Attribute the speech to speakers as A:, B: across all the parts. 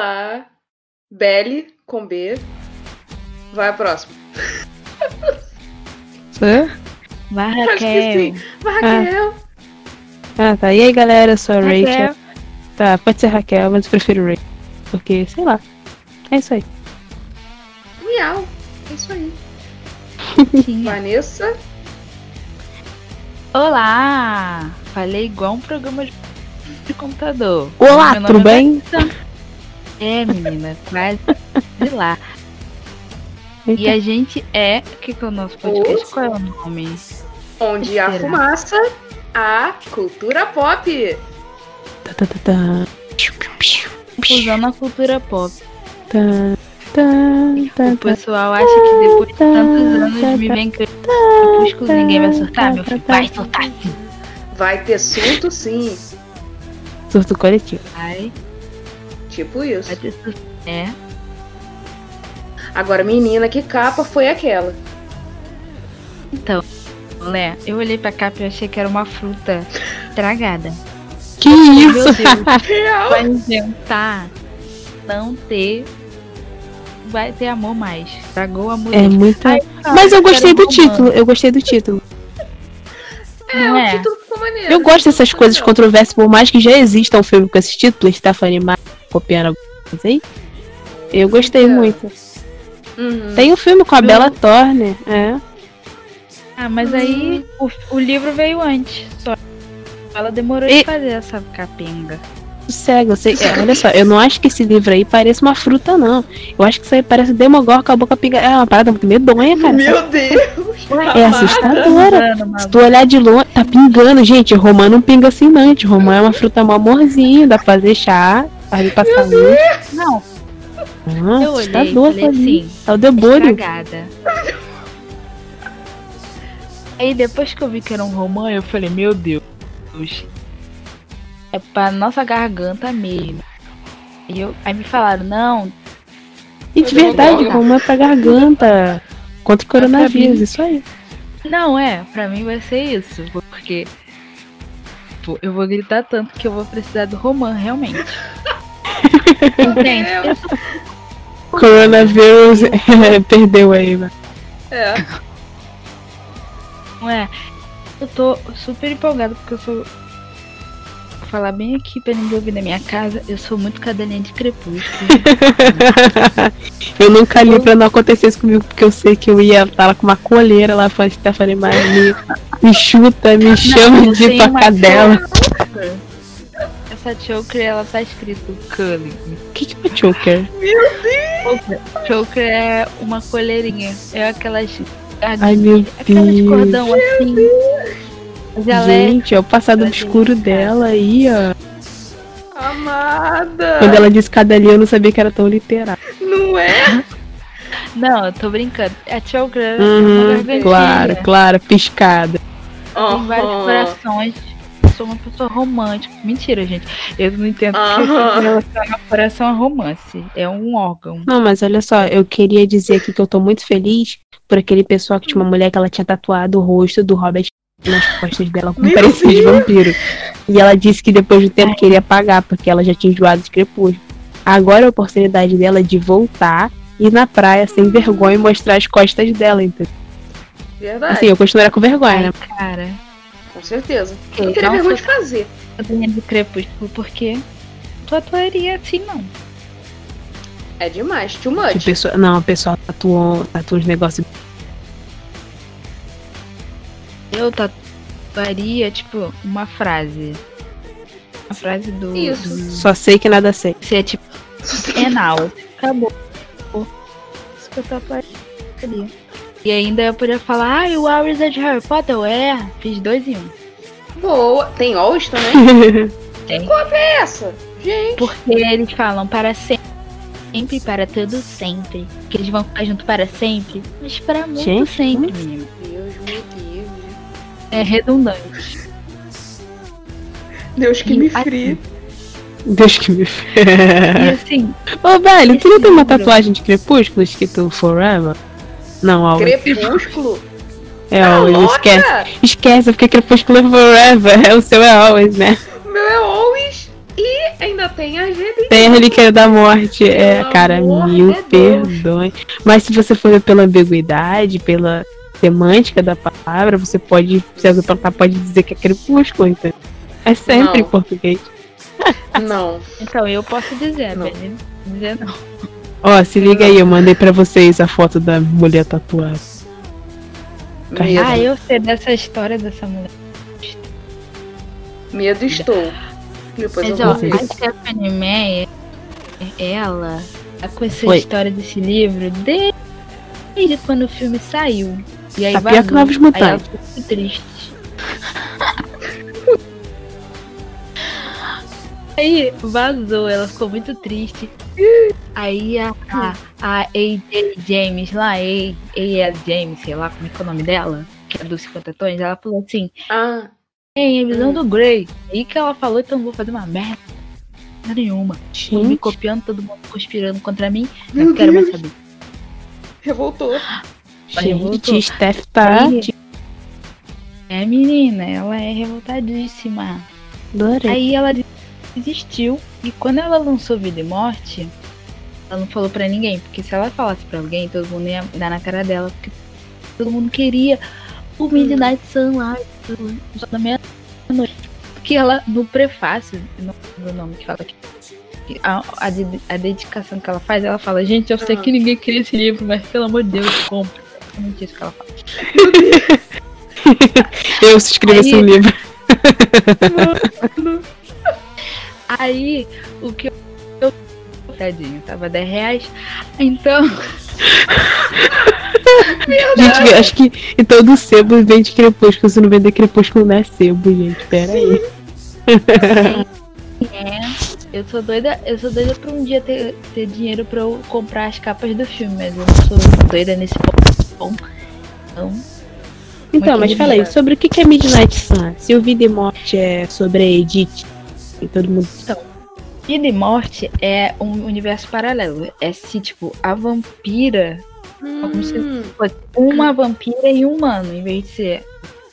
A: Olá, Belle com B. Vai a próxima.
B: Sou eu?
A: Acho que
C: Barraquel.
A: sim. Vai, Raquel.
B: Ah, tá. E aí, galera, eu sou a
C: Raquel.
B: Rachel. Tá, pode ser Raquel, mas eu prefiro Rachel. Porque, sei lá. É isso aí.
A: Miau. É isso aí.
C: Tinha.
A: Vanessa.
C: Olá! Falei igual um programa de de computador.
B: Olá,
C: Meu nome
B: tudo
C: é
B: bem?
C: É, menina, quase de lá. E
B: Eita.
C: a gente é. O que, que é o nosso podcast?
A: Os-
C: Qual é o nome?
A: Onde há
C: Será?
A: fumaça, há cultura pop.
B: Tá, tá, tá, tá.
C: Usando a cultura pop.
B: Tá,
C: O
B: tá, tá, tá,
C: pessoal acha que depois de
B: tá,
C: tantos
B: tá,
C: anos me
B: tá,
C: vem crepúsculo, ninguém vai surtar,
B: tá,
C: meu filho.
B: tá, tá.
C: Vai surtar sim.
A: Vai ter surto, sim.
B: Surto coletivo.
C: Vai,
A: Tipo isso.
C: vai ter surto. É.
A: Agora, menina, que capa foi aquela?
C: Então, Lé, eu olhei pra capa e achei que era uma fruta estragada.
B: Que
C: Meu
B: isso?
C: Deus,
A: Real. é
C: vai inventar não tá. Então ter. Vai ter amor mais. Estragou o amor.
B: É muito.
C: Ai,
B: Mas eu
C: quero um
B: gostei do
C: romance.
B: título. Eu gostei do título.
A: É,
C: Não
A: o
C: é?
A: título ficou maneiro.
B: Eu gosto dessas coisas controversas, por mais que já exista um filme com esse título, Stephanie Meyer copiando algumas aí. Eu gostei
A: É.
B: muito.
A: Uhum.
B: Tem um filme com a Bella Thorne, é.
C: Ah, mas aí o, o livro veio antes. Só. Ela demorou
B: E-
C: de fazer essa capenga.
B: Sossega, eu sei. é, olha só, eu não acho que esse livro aí pareça uma fruta, não. Eu acho que isso aí parece Demogorgon com a boca pinga. É uma parada muito medonha, cara.
A: Meu Deus.
B: É
A: amada.
B: assustadora. Se tu olhar de longe, tá pingando, gente. Romã não pinga assim, não. gente. Romã é uma fruta mó amorzinho, dá pra deixar, faz passar luz.
C: Não,
B: Ah,
C: eu olhei e
B: assustador
C: falei
B: essa ali.
C: assim,
B: É o debulho.
C: estragada. Aí depois que eu vi que era um romã, eu falei, meu Deus. É pra nossa garganta mesmo. E eu, aí me falaram, não,
B: E de verdade,
C: Demogorgon.
B: Romã é pra garganta. Contra o coronavírus, isso aí.
C: não é, pra mim vai ser isso. Porque tipo, eu vou gritar tanto que eu vou precisar do romã, realmente. Entende?
A: Meu Deus.
B: Coronavírus perdeu aí, né? mano.
A: É.
C: Não é? Eu tô super empolgada porque eu sou. Vou falar bem aqui pra ninguém ouvir na minha casa. Eu sou muito cadelinha de crepúsculo.
B: Eu nunca li pra não acontecer isso comigo, porque eu sei que eu ia estar com uma coleira lá assim, pra Stephanie Maia me, me chuta, me chama
C: eu
B: de
C: tenho uma
B: pacadela.
C: Essa choker, ela tá escrito Cully.
B: O que, que é uma choker?
C: Choker é uma coleirinha. É aquelas.
B: Ai meu
C: Aquelas de
B: Deus.
C: cordão assim. Mas ela é-
B: Gente, é o passado
C: Ela é
B: obscuro
C: delicada.
B: dela aí, ó.
A: Amada.
B: Quando ela disse cada linha, eu não sabia que era tão literal.
A: Não é?
C: Não, eu tô brincando. A choker é uma
B: Uhum,
C: gargantilha.
B: claro, claro, piscada.
C: Tem vários
A: Aham.
C: corações. Sou uma pessoa romântica. Mentira, gente. Eu não entendo
A: Aham.
C: porque relacionar é um coração a romance. É um órgão.
B: Não, mas olha só, eu queria dizer aqui que eu tô muito feliz por aquele pessoal que tinha uma mulher que ela tinha tatuado o rosto do Robert nas costas dela como
A: Meu
B: parecia de vampiro. E ela disse que depois do tempo queria pagar, porque ela já tinha enjoado de crepúsculo. Agora é a oportunidade dela de voltar e ir na praia sem vergonha e mostrar as costas dela, entendeu?
A: Verdade,
B: Assim, eu continuaria com vergonha, né?
C: Ai, cara.
A: com certeza. Eu
C: Eu
A: não teria
C: não
A: vergonha de
C: sou
A: fazer.
C: cadelinha de crepúsculo porque tu atuaria assim, não.
A: É demais, too
B: Que o
A: much.
B: pessoal- Tipo, não, o pessoal tatuou, tatuou os negócios.
C: Eu tatuaria, tipo, uma frase. Uma frase do.
A: Isso.
B: Só sei que nada sei.
C: Você é tipo penal. Acabou. Isso que eu tatuaria. E ainda eu poderia falar, ah, e o Hours é de Harry Potter? Eu, É, fiz dois em um.
A: Boa. Tem Alls também? É essa. Gente.
C: Porque eles falam para sempre. Sempre para todo sempre. Que eles vão ficar junto para sempre. Mas para muito
B: Gente,
C: sempre,
B: como
C: menino.
A: Deus me livre.
C: É redundante.
A: Deus que me
C: E assim,
A: frie.
B: Deus que me
C: E assim,
B: Ô, velho, tu
C: Esse
B: não tem uma
C: livro.
B: tatuagem de crepúsculo escrito Forever? Não, ó,
A: Crepúsculo.
B: é
A: Tá
B: Always,
A: louca?
B: esquece. Esquece, porque crepúsculo é Forever, é o seu é Always, né?
A: O meu é Always. E ainda tem a Angélica.
B: Tem a relíquia da morte. É,
A: Pelo
B: cara,
A: amor
B: mil
A: de Deus.
B: perdões. Mas se você for ver pela ambiguidade, pela semântica da palavra, você pode, se você plantar, pode dizer que é crepúsculo, entendeu? É sempre
A: Não.
B: em português.
A: Não.
C: Então eu posso dizer,
A: Não.
C: Belly. Dizer não.
B: Ó, se liga aí, eu mandei pra vocês a foto da mulher tatuada.
A: Medo.
C: Ah, eu sei dessa história dessa mulher.
A: Medo estou. Depois
C: Mas
A: eu
C: ó,
A: vou ver.
C: a Stephanie Meyer, ela tá com essa
B: Oi.
C: história desse livro desde quando o filme saiu. E aí
B: Tá pior
C: vazou.
B: que Novos
C: Aí ela
B: Mutantes.
C: ficou muito triste. aí vazou, ela ficou muito triste. Aí a, a, a AJ James lá, a AL James, sei lá como é que é o nome dela, que é dos 50 tons, ela falou assim,
A: Ah,
C: tem a visão do Grey. Aí que ela falou, então eu vou fazer uma merda nenhuma. Tô Me
B: Gente,
C: copiando, todo mundo conspirando contra mim.
A: Meu
C: não quero mais
A: Deus.
C: saber.
A: revoltou.
B: gente, Steph tá.
C: Aí- É, menina, ela é revoltadíssima.
B: Adorei.
C: Aí ela desistiu. E quando ela lançou Vida e Morte, ela não falou pra ninguém. Porque se ela falasse pra alguém, todo mundo ia dar na cara dela. Porque todo mundo queria o Midnight Sun lá. Só da meia-noite. Porque ela, no prefácio, não lembro o nome que fala aqui. A, a de- a dedicação que ela faz, ela fala: Gente, eu sei
A: Ah.
C: que ninguém queria esse livro, mas pelo amor de Deus, compra. É basicamente isso que ela fala.
B: Eu se inscrevi
C: aí-
B: esse livro.
C: Aí, o que eu. eu tadinho, tava 10 reais. Então,
B: Gente, acho que em todo sebo vende crepúsculo. Se não vender crepúsculo, não é sebo, gente. Pera aí.
C: Eu sou doida, eu sou doida pra um dia ter, ter dinheiro pra eu comprar as capas do filme, mas eu não sou doida nesse ponto. Então,
B: Então, mas
C: Muito
B: fala aí,
A: obrigada.
B: sobre o que que é Midnight Sun? Se o Vida e Morte é sobre a Edith e todo mundo.
C: Vida e Morte é um universo paralelo. É se, tipo, a vampira, Como se-
A: Hum,
C: uma vampira e um humano, em vez de ser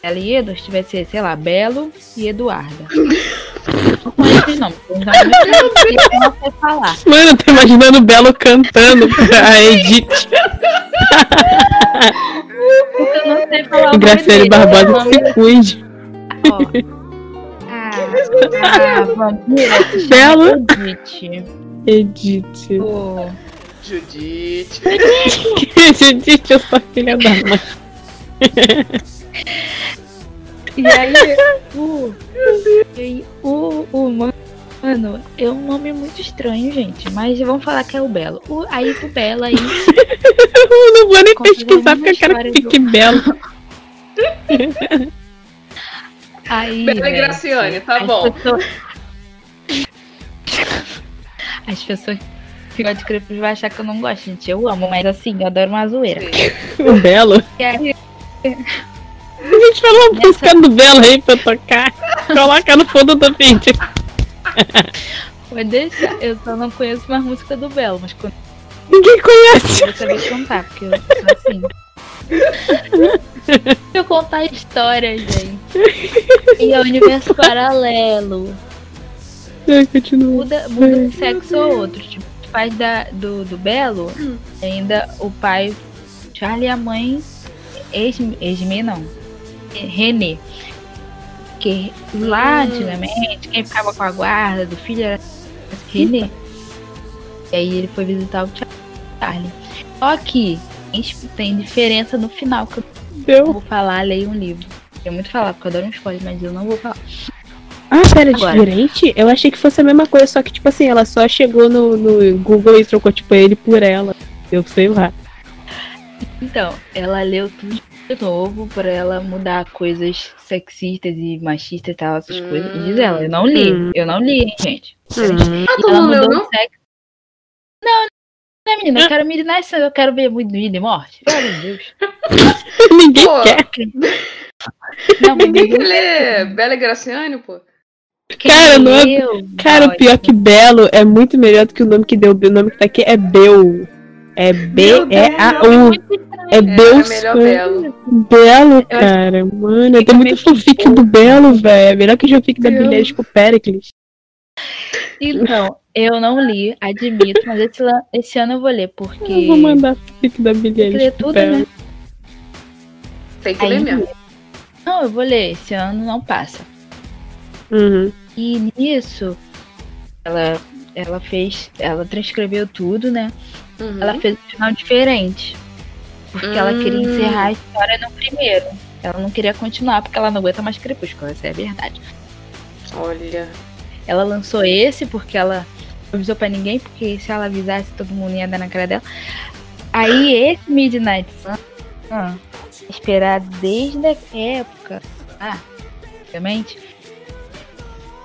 C: ela e Edos, tivesse, ser, sei lá, Belo e Eduarda. Não conheço esses nomes, tem uns nomes que eu não sei falar.
B: Mano, eu tô imaginando o Belo cantando pra Edith.
C: Porque eu não é sei falar o
B: E
C: nome
B: Graciele
C: dele. O
B: Barbosa
C: nome
B: que se cuide.
C: Ó. A, a vampira se chama
B: Belo.
C: Judite.
B: Edith.
C: O-
A: Judite.
B: Edith, eu sou a filha da mãe.
C: E aí, o, e aí, o, o mano é um nome muito estranho, gente. Mas vamos falar que é o Belo. O, aí o Belo aí
B: Eu não vou nem
C: Conta
B: pesquisar
C: mais
B: porque
C: uma
B: eu quero que
C: história do-
B: fique belo.
C: Aí,
A: Bela e
C: velho,
A: Graciane, tá
C: as
A: bom.
C: pessoas- As pessoas que gostam de crepúsculo vão achar que eu não gosto, gente. Eu amo, mas assim, eu adoro uma zoeira.
B: O Belo.
C: E aí,
B: A gente falou uma
C: Nessa-
B: música do Belo aí pra eu tocar. Coloca no fundo do vídeo.
C: vou deixar. Eu só não conheço mais música do Belo, mas quando
B: Ninguém conhece.
C: eu saber contar, porque eu sou assim. Deixa eu contar a história, gente. E é o universo paralelo.
B: Ai, continua.
C: Muda, muda um sexo ou outro. Tipo, os pais da, do, do Belo, ainda o pai Charlie e a mãe Esme, Esme não. É, René. Porque lá
A: Hum.
C: antigamente, quem ficava com a guarda do filho era René. E aí ele foi visitar o Charlie. Só que tem- tem diferença no final que eu não
B: Deu.
C: vou falar, leio um livro. Eu muito falar, porque eu adoro um spoiler, mas eu não vou falar.
B: Ah, pera,
C: Agora.
B: diferente? Eu achei que fosse a mesma coisa, só que, tipo assim, ela só chegou no, no Google e trocou, tipo, ele por ela. Eu sei lá.
C: Então, ela leu tudo de novo pra ela mudar coisas sexistas e machistas e tal, essas
A: Hum.
C: coisas. E diz ela, eu não li,
B: Hum.
C: eu não li, hein, gente.
A: Ah,
C: E
A: tu
C: ela
A: não leu,
C: mudou
A: não?
C: o sexo. Não, não, menina, eu quero me nascer, eu quero ver muito vida e morte. Pelo amor de Deus.
B: Ninguém
A: Pô,
B: quer.
C: Não, mas
A: Ninguém quer
C: ninguém
A: ler Bela e Graciane, pô.
C: quer
B: Cara, não é-
C: leu.
B: Cara, o pior que Belo é muito melhor do que o nome que deu. O nome que tá aqui é Bel. É B-E-A-U. É
A: É,
B: Bel.
A: é melhor Belo.
B: Belo,
C: Eu acho
B: cara. Mano, eu
C: fica
B: tenho
C: meio tipo
B: muito fanfic do Belo, velho. É melhor que o fanfic da
A: Eu-
B: Bilhete com o Pericles.
C: Então, eu não li, admito, mas esse, lan- esse ano eu vou ler, porque.
B: Eu vou mandar pique da
C: tem que
B: bilhete.
C: ler tudo, né?
A: Tem que
C: Aí-
A: ler mesmo.
C: Não, eu vou ler, esse ano não passa. né?
B: Uhum.
C: E nisso, ela, ela fez. Ela transcreveu tudo, né?
A: Uhum.
C: Ela fez um final diferente. Porque ela queria
A: Hum.
C: encerrar a história no primeiro. Ela não queria continuar, porque ela não aguenta mais crepúsculo, essa é a verdade.
A: Uhum. Olha.
C: Ela lançou esse porque ela não avisou pra ninguém, porque se ela avisasse, todo mundo ia dar na cara dela. Aí esse Midnight Sun, ah, esperar desde a época, ah, obviamente,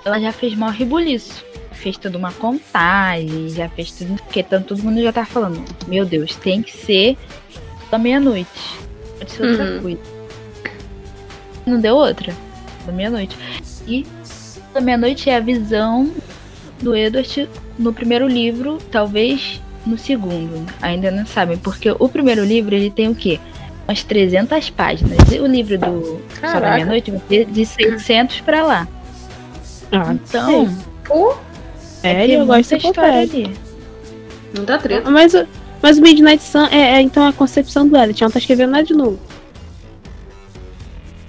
C: ela já fez mal rebuliço. Fez toda uma contagem, já fez tudo, porque tanto todo mundo já tá falando, meu Deus, tem que ser da meia-noite. Pode ser outra
A: Uhum.
C: coisa. Não deu outra. Da meia-noite. E da meia-noite é a visão do Edward no primeiro livro, talvez no segundo. Ainda não sabem, porque o primeiro livro ele tem o quê? Umas 300 páginas. E o livro do Só da
A: Caraca.
C: Meia-Noite vai ter de 600 pra lá.
B: Ah,
C: Então,
A: Pô,
B: é,
C: tem
B: eu
C: muita
B: gosto de
C: história
B: confete.
C: ali.
A: não dá treta.
B: Mas, o- mas o Midnight Sun é, é, então a concepção do Elliot, não tá escrevendo nada de novo.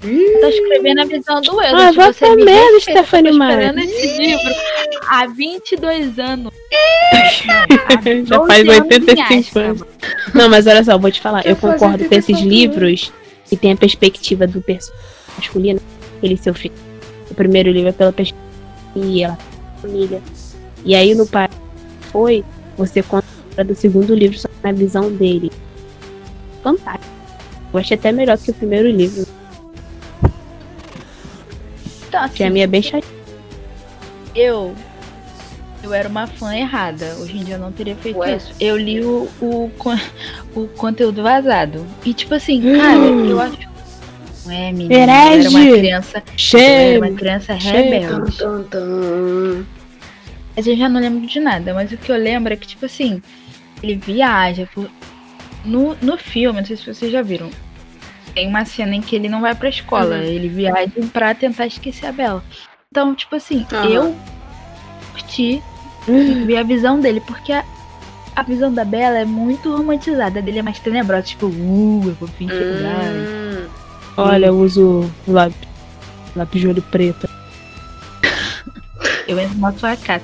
A: Ih,
C: Tá escrevendo a visão do Edward.
B: Ah, vai
C: você
B: pra
C: me
B: merda,
C: respeita, eu tô
B: Stephanie
C: esperando
B: Meyer.
C: esse livro há 22 anos.
B: Já
C: 12
B: faz
C: anos em
B: 85
C: Ashcaba.
B: anos. Não, mas olha só, eu vou te falar.
A: Quer
B: Eu
A: fazer
B: concordo com esses
A: 84
B: livros que tem a perspectiva do personagem masculino, ele e seu filho. O primeiro livro é pela perspectiva e ela é família. E aí no pai foi, você conta a história do segundo livro só na visão dele. Fantástico. Eu achei até melhor que o primeiro livro.
C: Então,
B: Que a
C: assim,
B: minha é bem chatinha.
C: eu. Eu era uma fã errada. Hoje em dia eu não teria feito
A: Ué.
C: isso. Eu li o, o, con- o conteúdo vazado. E tipo assim, cara, eu acho. Ué, menina, eu era uma
B: Hum. Herege.
C: criança. Eu era
B: Cheio!
C: uma criança
B: Chega.
C: rebelde.
A: tan, tan, tan.
C: Mas eu já não lembro de nada, mas o que eu lembro é que, tipo assim, ele viaja. por- No, no filme, não sei se vocês já viram, tem uma cena em que ele não vai pra escola.
A: Uhum.
C: Ele viaja pra tentar esquecer a Bela. Então, tipo assim,
A: Aham.
C: eu curti ver a visão dele, porque a, a visão da Bela é muito romantizada. A dele é mais tenebrosa, tipo, uh, eu vou vir te pegar.
A: Hum.
B: Olha, eu uso lápis, lápis de olho preto.
C: eu entro na sua casa.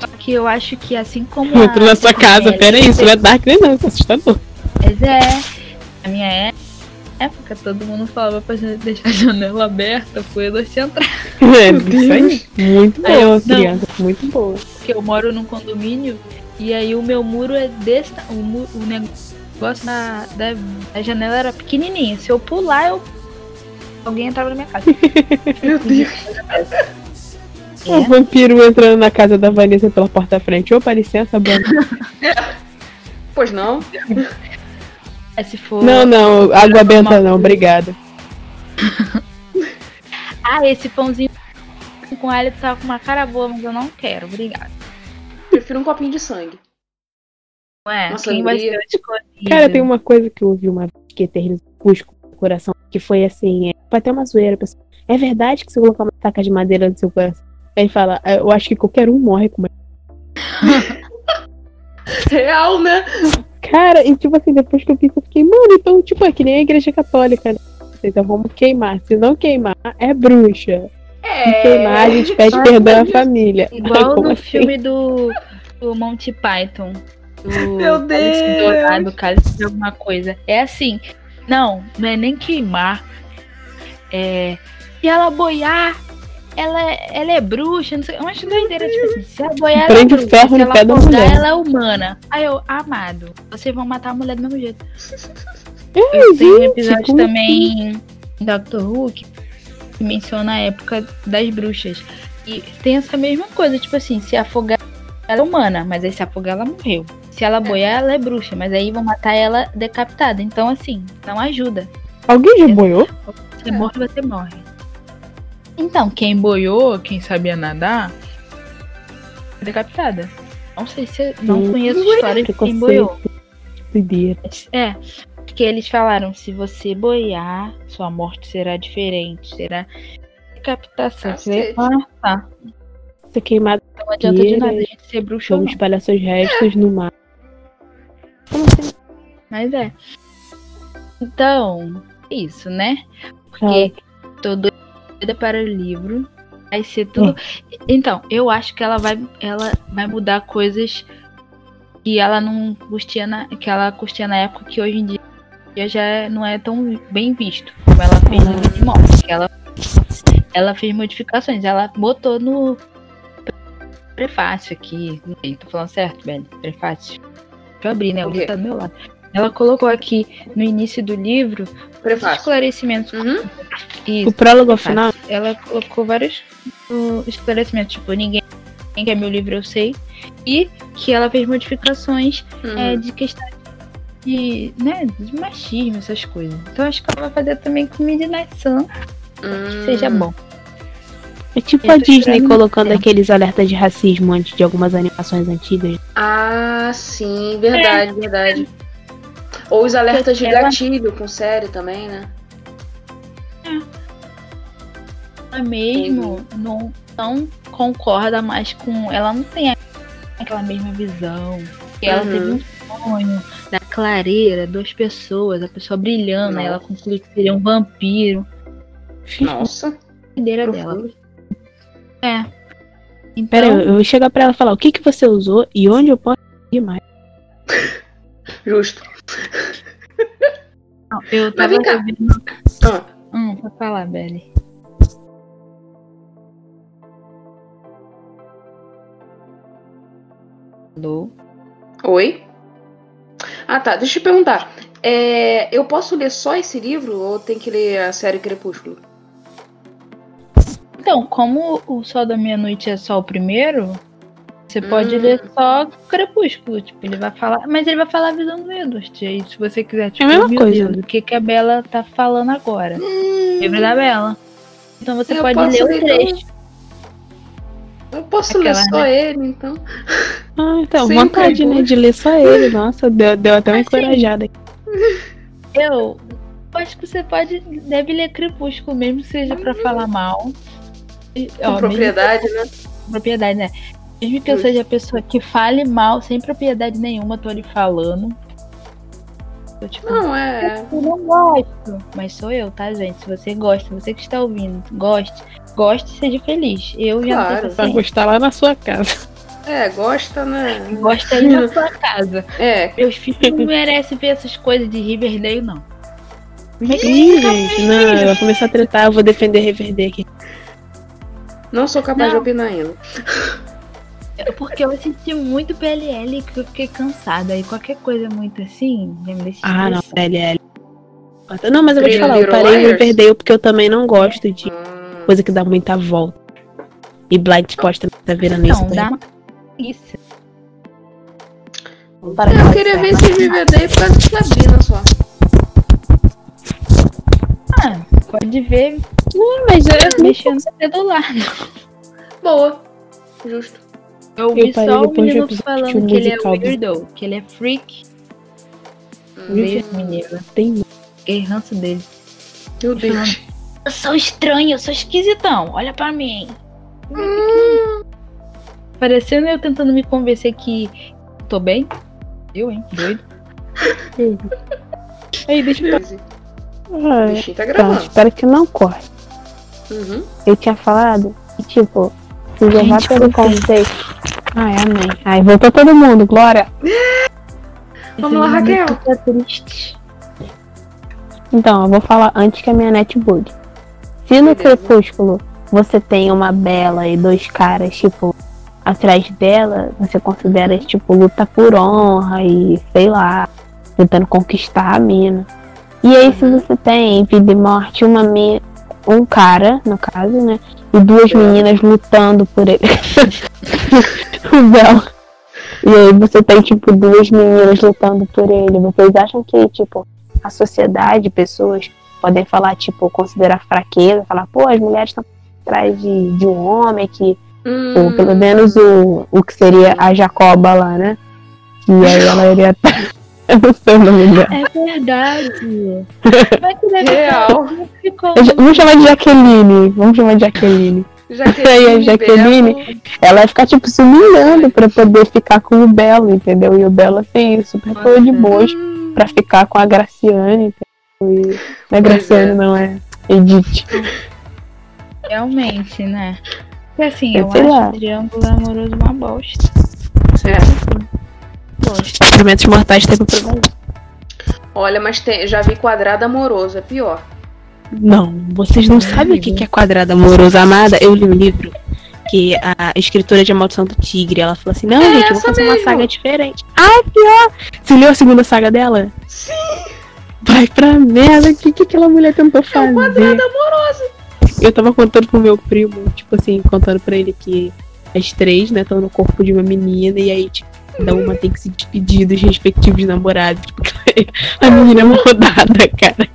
C: Só que eu acho que assim como.
A: Ah,
B: Eu
C: a-
B: entro na sua casa,
C: Bela
B: pera aí, isso não é Dark nem não, isso é assustador.
C: Mas é, na minha é- época todo mundo falava pra gente deixar a janela aberta, foi eu deixei entrar.
B: É,
A: Meu
B: isso aí. Muito
C: É,
B: boa,
C: não.
B: criança. Muito boa.
C: Porque eu moro num condomínio e aí o meu muro é desse. ta- O, mu- o negócio da, da, da janela era pequenininha. Se eu pular, eu. Alguém entrava na minha casa.
A: Meu Deus.
B: O Um vampiro entrando na casa da Vanessa pela porta da frente. Opa, licença, Banda.
A: Pois não?
C: É, se for.
B: Não, não, água benta não, obrigada.
C: Ah, esse pãozinho com alho tá com uma cara boa, mas eu não quero. Obrigada.
A: Prefiro um copinho de sangue.
C: Ué,
A: Nossa,
C: é, quem vai
A: Lia.
C: ser o escolhido?
B: Cara, tem uma coisa que eu ouvi uma vez que eternizou o Cusco no coração, que foi assim, é, foi até uma zoeira, pessoal. É verdade que você colocar uma taca de madeira no seu coração? Aí ele fala, "Ah, eu acho que qualquer um morre com uma.
A: Real, né?
B: Cara, e tipo assim, depois que eu vi isso, eu fiquei, mano, então, tipo, é que nem a igreja católica, né? Então vamos queimar. Se não queimar, é bruxa.
C: É,
A: É.
B: Se queimar, a gente pede perdão à família. Aí,
C: Igual
B: como
C: no
B: assim?
C: filme do, do Monty Python. Do
A: Meu
C: Cálice
A: Deus!
C: Dourado, Cálice de alguma coisa. É assim. Não, não é nem queimar. É. Se ela boiar, ela, é- ela é bruxa, não sei. Eu acho doideira, tipo assim, se ela boiar, ela é
B: Prende o
C: bruxa.
B: ferro
C: se
B: no
C: ela
B: pé da
C: acordar,
B: mulher.
C: ela é humana. Aí eu, amado, vocês vão matar a mulher do mesmo jeito.
B: Ai,
C: Tem um
B: gente,
C: episódio
B: como
C: também em Doctor Who que menciona a época das bruxas. E tem essa mesma coisa, tipo assim, se afogar ela é humana, mas aí se afogar ela morreu. Se ela boiar, ela é bruxa, mas aí vão matar ela decapitada. Então, assim, não ajuda.
B: Alguém já boiou?
C: Você
A: É.
C: morre, você morre. Então, quem boiou, quem sabia nadar, é decapitada. Não sei se. Não
B: Sim.
C: conheço história de
B: Preconceito.
C: quem boiou.
B: Doideira.
C: É, porque eles falaram, se você boiar, sua morte será diferente, será decapitação, você vai
A: Cacete.
C: matar.
B: Ser queimado
C: Então Não adianta de nada a gente ser bruxo ou
B: Vamos
C: não.
B: espalhar seus restos no mar. Como assim?
C: Mas é. Então, é isso, né? Porque tô doida para o livro. Vai ser tudo. Então, eu acho que ela vai, ela vai mudar coisas que ela não curtia na, que ela curtia na época que hoje em dia já é- não é tão bem visto como ela fez no
B: Uhum.
C: Digimon. Que ela, ela fez modificações, ela botou no prefácio aqui. Não sei, tô falando certo, velho? Prefácio. Deixa eu abrir, né? O
A: O
C: livro
A: quê?
C: tá do meu lado. Ela colocou aqui no início do livro os
A: Prefácio.
C: esclarecimentos.
A: Uhum.
C: Isso,
B: O prólogo ao
C: Tá.
B: final?
C: ela colocou vários uh, esclarecimentos, tipo, ninguém, ninguém quer meu livro, eu sei. E que ela fez modificações é,
A: Uhum.
C: de questão de, né, de machismo, essas coisas. Então acho que ela vai fazer também com Midnight Sun, que
A: Hum.
C: seja bom.
B: É tipo
C: Eu
B: a
C: tô
B: Disney
C: esperando
B: colocando
C: muito
B: aqueles alertas de racismo antes de algumas animações antigas.
A: Ah, sim, verdade, verdade. Ou os alertas de
C: Ela-
A: gatilho com série também, né?
C: Ela mesmo não, não concorda mais com. Ela não tem aquela mesma visão. E ela
A: Uhum.
C: teve um sonho da clareira, duas pessoas, a pessoa brilhando, aí ela concluiu que seria um vampiro.
A: Nossa.
C: Doideira dela.
A: profundo.
C: É.
B: Pera,
C: Então,
B: aí, eu vou chegar pra ela e falar o que, que você usou e onde eu posso ir mais.
A: Justo.
C: não, eu
A: Mas
C: tava
A: vem cá.
C: ouvindo-
A: Ah,
C: Hum, pra falar, Belly. Alô?
A: oi? Ah, tá. Deixa eu te perguntar. É, eu posso ler só esse livro ou tem que ler a série Crepúsculo?
C: Então, como o Sol da Meia-Noite é só o primeiro, você pode
A: Hum.
C: ler só Crepúsculo. Tipo, ele vai falar. Mas ele vai falar a visão do Edward. E aí, se você quiser, tipo,
B: É mesma
C: meu
B: coisa,
C: Deus, o que, que a Bela tá falando agora? Livro da Bela. Então você
A: Hum. Eu
C: pode
A: posso
C: ler o
A: ler, então.
C: trecho.
A: Eu posso
C: Aquela,
A: ler só
B: né?
A: ele, então.
B: Ah, então,
A: Sim,
B: vontade,
A: Crepúsculo.
B: né? De ler só ele. Nossa, deu, deu até uma
C: Assim.
B: encorajada. aqui.
C: Eu acho que você pode, deve ler Crepúsculo, mesmo que seja pra falar mal. E,
A: Uhum.
B: É
A: Com
C: ó,
A: propriedade, né?
C: Mesmo, com propriedade, né? Mesmo que eu
A: Justo.
C: seja a pessoa que fale mal, sem propriedade nenhuma, tô ali falando. Eu, tipo,
A: Não, é.
C: eu não gosto. Mas sou eu, tá, gente? Se você gosta, você que está ouvindo, goste. Goste e seja feliz. Eu já
A: Claro.
C: não tenho
B: Vai
C: paciência.
B: gostar lá na sua casa.
A: É, gosta, né?
C: Gosta aí na sua casa.
A: É.
C: Meus filhos não merecem ver essas coisas de Riverdale, não.
B: Ih, gente, não, vai começar a tretar, eu vou defender Reverde aqui.
A: Não sou capaz
C: Não.
A: de opinar ainda.
C: É porque eu assisti muito PLL que eu fiquei cansada. E qualquer coisa muito assim, já me deixa
B: Ah, não,
C: estressada.
B: PLL. Não, mas eu vou te
A: Pretty
B: falar, eu
A: Little
B: parei em
A: Liars?
B: Riverdale porque eu também não gosto de
A: Hum,
B: coisa que dá muita volta. E Blind Spot também tá virando isso.
C: Então,
B: também.
C: dá uma preguiça.
B: Vamos parar de
A: eu
B: falar
A: queria
B: de
A: ver
B: Blind
A: esse DVD por causa de Sabrina só.
C: Ah, pode ver
B: Spot. Mas eu,
C: mexendo no celular.
A: Boa. Justo.
C: Eu ouvi
B: parei
C: só o
B: depois do
C: menino
B: episódio um
C: falando que ele é
B: musical do- Uhum.
C: weirdo, que ele é freak.
A: Hum,
C: Beijo, menino.
B: tem
C: Fiquei ranço dele.
A: Meu Deus.
C: Eu sou estranho, eu sou esquisitão. Olha pra mim. Parecendo eu tentando me convencer que tô bem. Eu, hein? Doido.
B: Aí, deixa eu.
A: Beleza. O
B: Ah,
A: bichinho tá
B: tá,
A: gravando.
B: espero que não corte.
A: Uhum.
B: Eu tinha falado que, tipo, se levar
C: Gente,
B: pelo
C: voltei.
B: conceito. Ai, amém. Ai, voltou todo mundo, Glória.
A: Vamos lá,
C: Esse
A: Raquel.
C: menino Tá triste.
B: Então, eu vou falar antes que a minha net bugue. Se no
A: Beleza.
B: Crepúsculo você tem uma bela e dois caras, tipo, atrás dela, você considera, tipo, luta por honra e, sei lá, tentando conquistar a mina. E aí, se você tem vida e morte, uma mina, um cara, no caso, né? E duas meninas lutando por ele. o Bel. E aí você tem, tipo, duas meninas lutando por ele. Vocês acham que, tipo, a sociedade, pessoas podem falar, tipo, considerar fraqueza, falar, pô, as mulheres estão atrás de, de um homem que,
A: Hum,
B: ou pelo menos o, o que seria a Jacoba lá, né? E aí ela iria estar. Eu não sei o nome dela.
C: É verdade. é Vai que deve
A: Real.
C: ter- ficou.
B: Eu já- é Vamos chamar de Jaqueline. Vamos chamar de Jaqueline. Aí a
A: Jaqueline,
B: Jaqueline-
A: Belo,
B: Ela vai ficar, tipo, se humilhando pra poder ficar com o Belo, entendeu? E o Belo, assim, super
A: Uhum.
B: foi de
C: Nossa.
B: boas pra ficar com a Graciane, entendeu? E não é
A: Pois
B: Graciane,
A: é.
B: não é Edith.
C: Realmente, né? Porque assim,
B: Eu
C: eu,
B: sei
C: acho
B: lá.
C: o triângulo amoroso uma bosta.
A: é.
C: Bosta.
B: Experimentos mortais um tem pra provar.
A: Olha, mas tem- já vi quadrado amoroso, é pior.
B: Não, vocês não sabem o que que é quadrada amorosa amada. Eu li um livro que a escritora de A Maldição do Tigre, ela falou assim, não,
A: É
B: gente, eu vou
A: essa
B: fazer uma
A: mesmo.
B: saga diferente. Ah, pior! Você leu a segunda saga dela?
A: Sim.
B: Vai pra merda, o que que aquela mulher tentou fazer?
A: É Quadrado amoroso.
B: Eu tava contando pro meu primo, tipo assim, contando pra ele que as três, né, estão no corpo de uma menina e aí, tipo, cada uma tem que se despedir dos respectivos namorados. Tipo, a menina é
A: Uhum.
B: uma rodada, cara.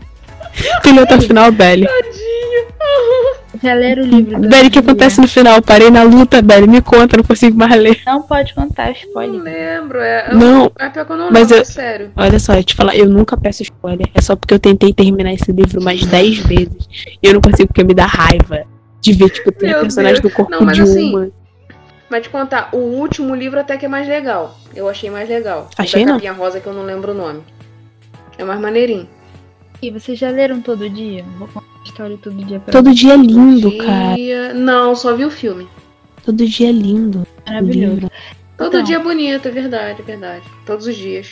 B: Tu leu até o final, Belly.
A: Tadinho.
C: Já leram o livro do
B: Belly, o que
C: Ana Maria?
B: acontece no final? Parei na luta, Belly. Me conta, não consigo mais ler.
C: Não pode contar
A: Eu não
C: spoiler.
A: lembro. É, eu-
B: Não,
A: é pior que eu não
B: Mas
A: lembro,
B: eu-
A: sério.
B: olha só, eu te falar, eu nunca peço spoiler. É só porque eu tentei terminar esse livro mais 10 vezes. E eu não consigo, porque me dá raiva de ver, tipo, três
A: Meu
B: personagens do corpo
A: Não, mas
B: de
A: assim,
B: uma.
A: Mas te contar, o último livro até que é mais legal. Eu achei mais legal. O
B: Achei
A: da
B: não.
A: capinha rosa que eu não lembro o nome. É mais maneirinho.
C: E vocês já leram todo dia? Vou contar a história todo dia pra
B: Todo dia é lindo,
A: Dia-
B: cara.
A: Não, só vi o filme.
B: Todo dia é lindo.
C: vocês. Maravilhoso.
A: Todo
C: Então.
A: dia é bonito, é verdade, é verdade. Todos os dias.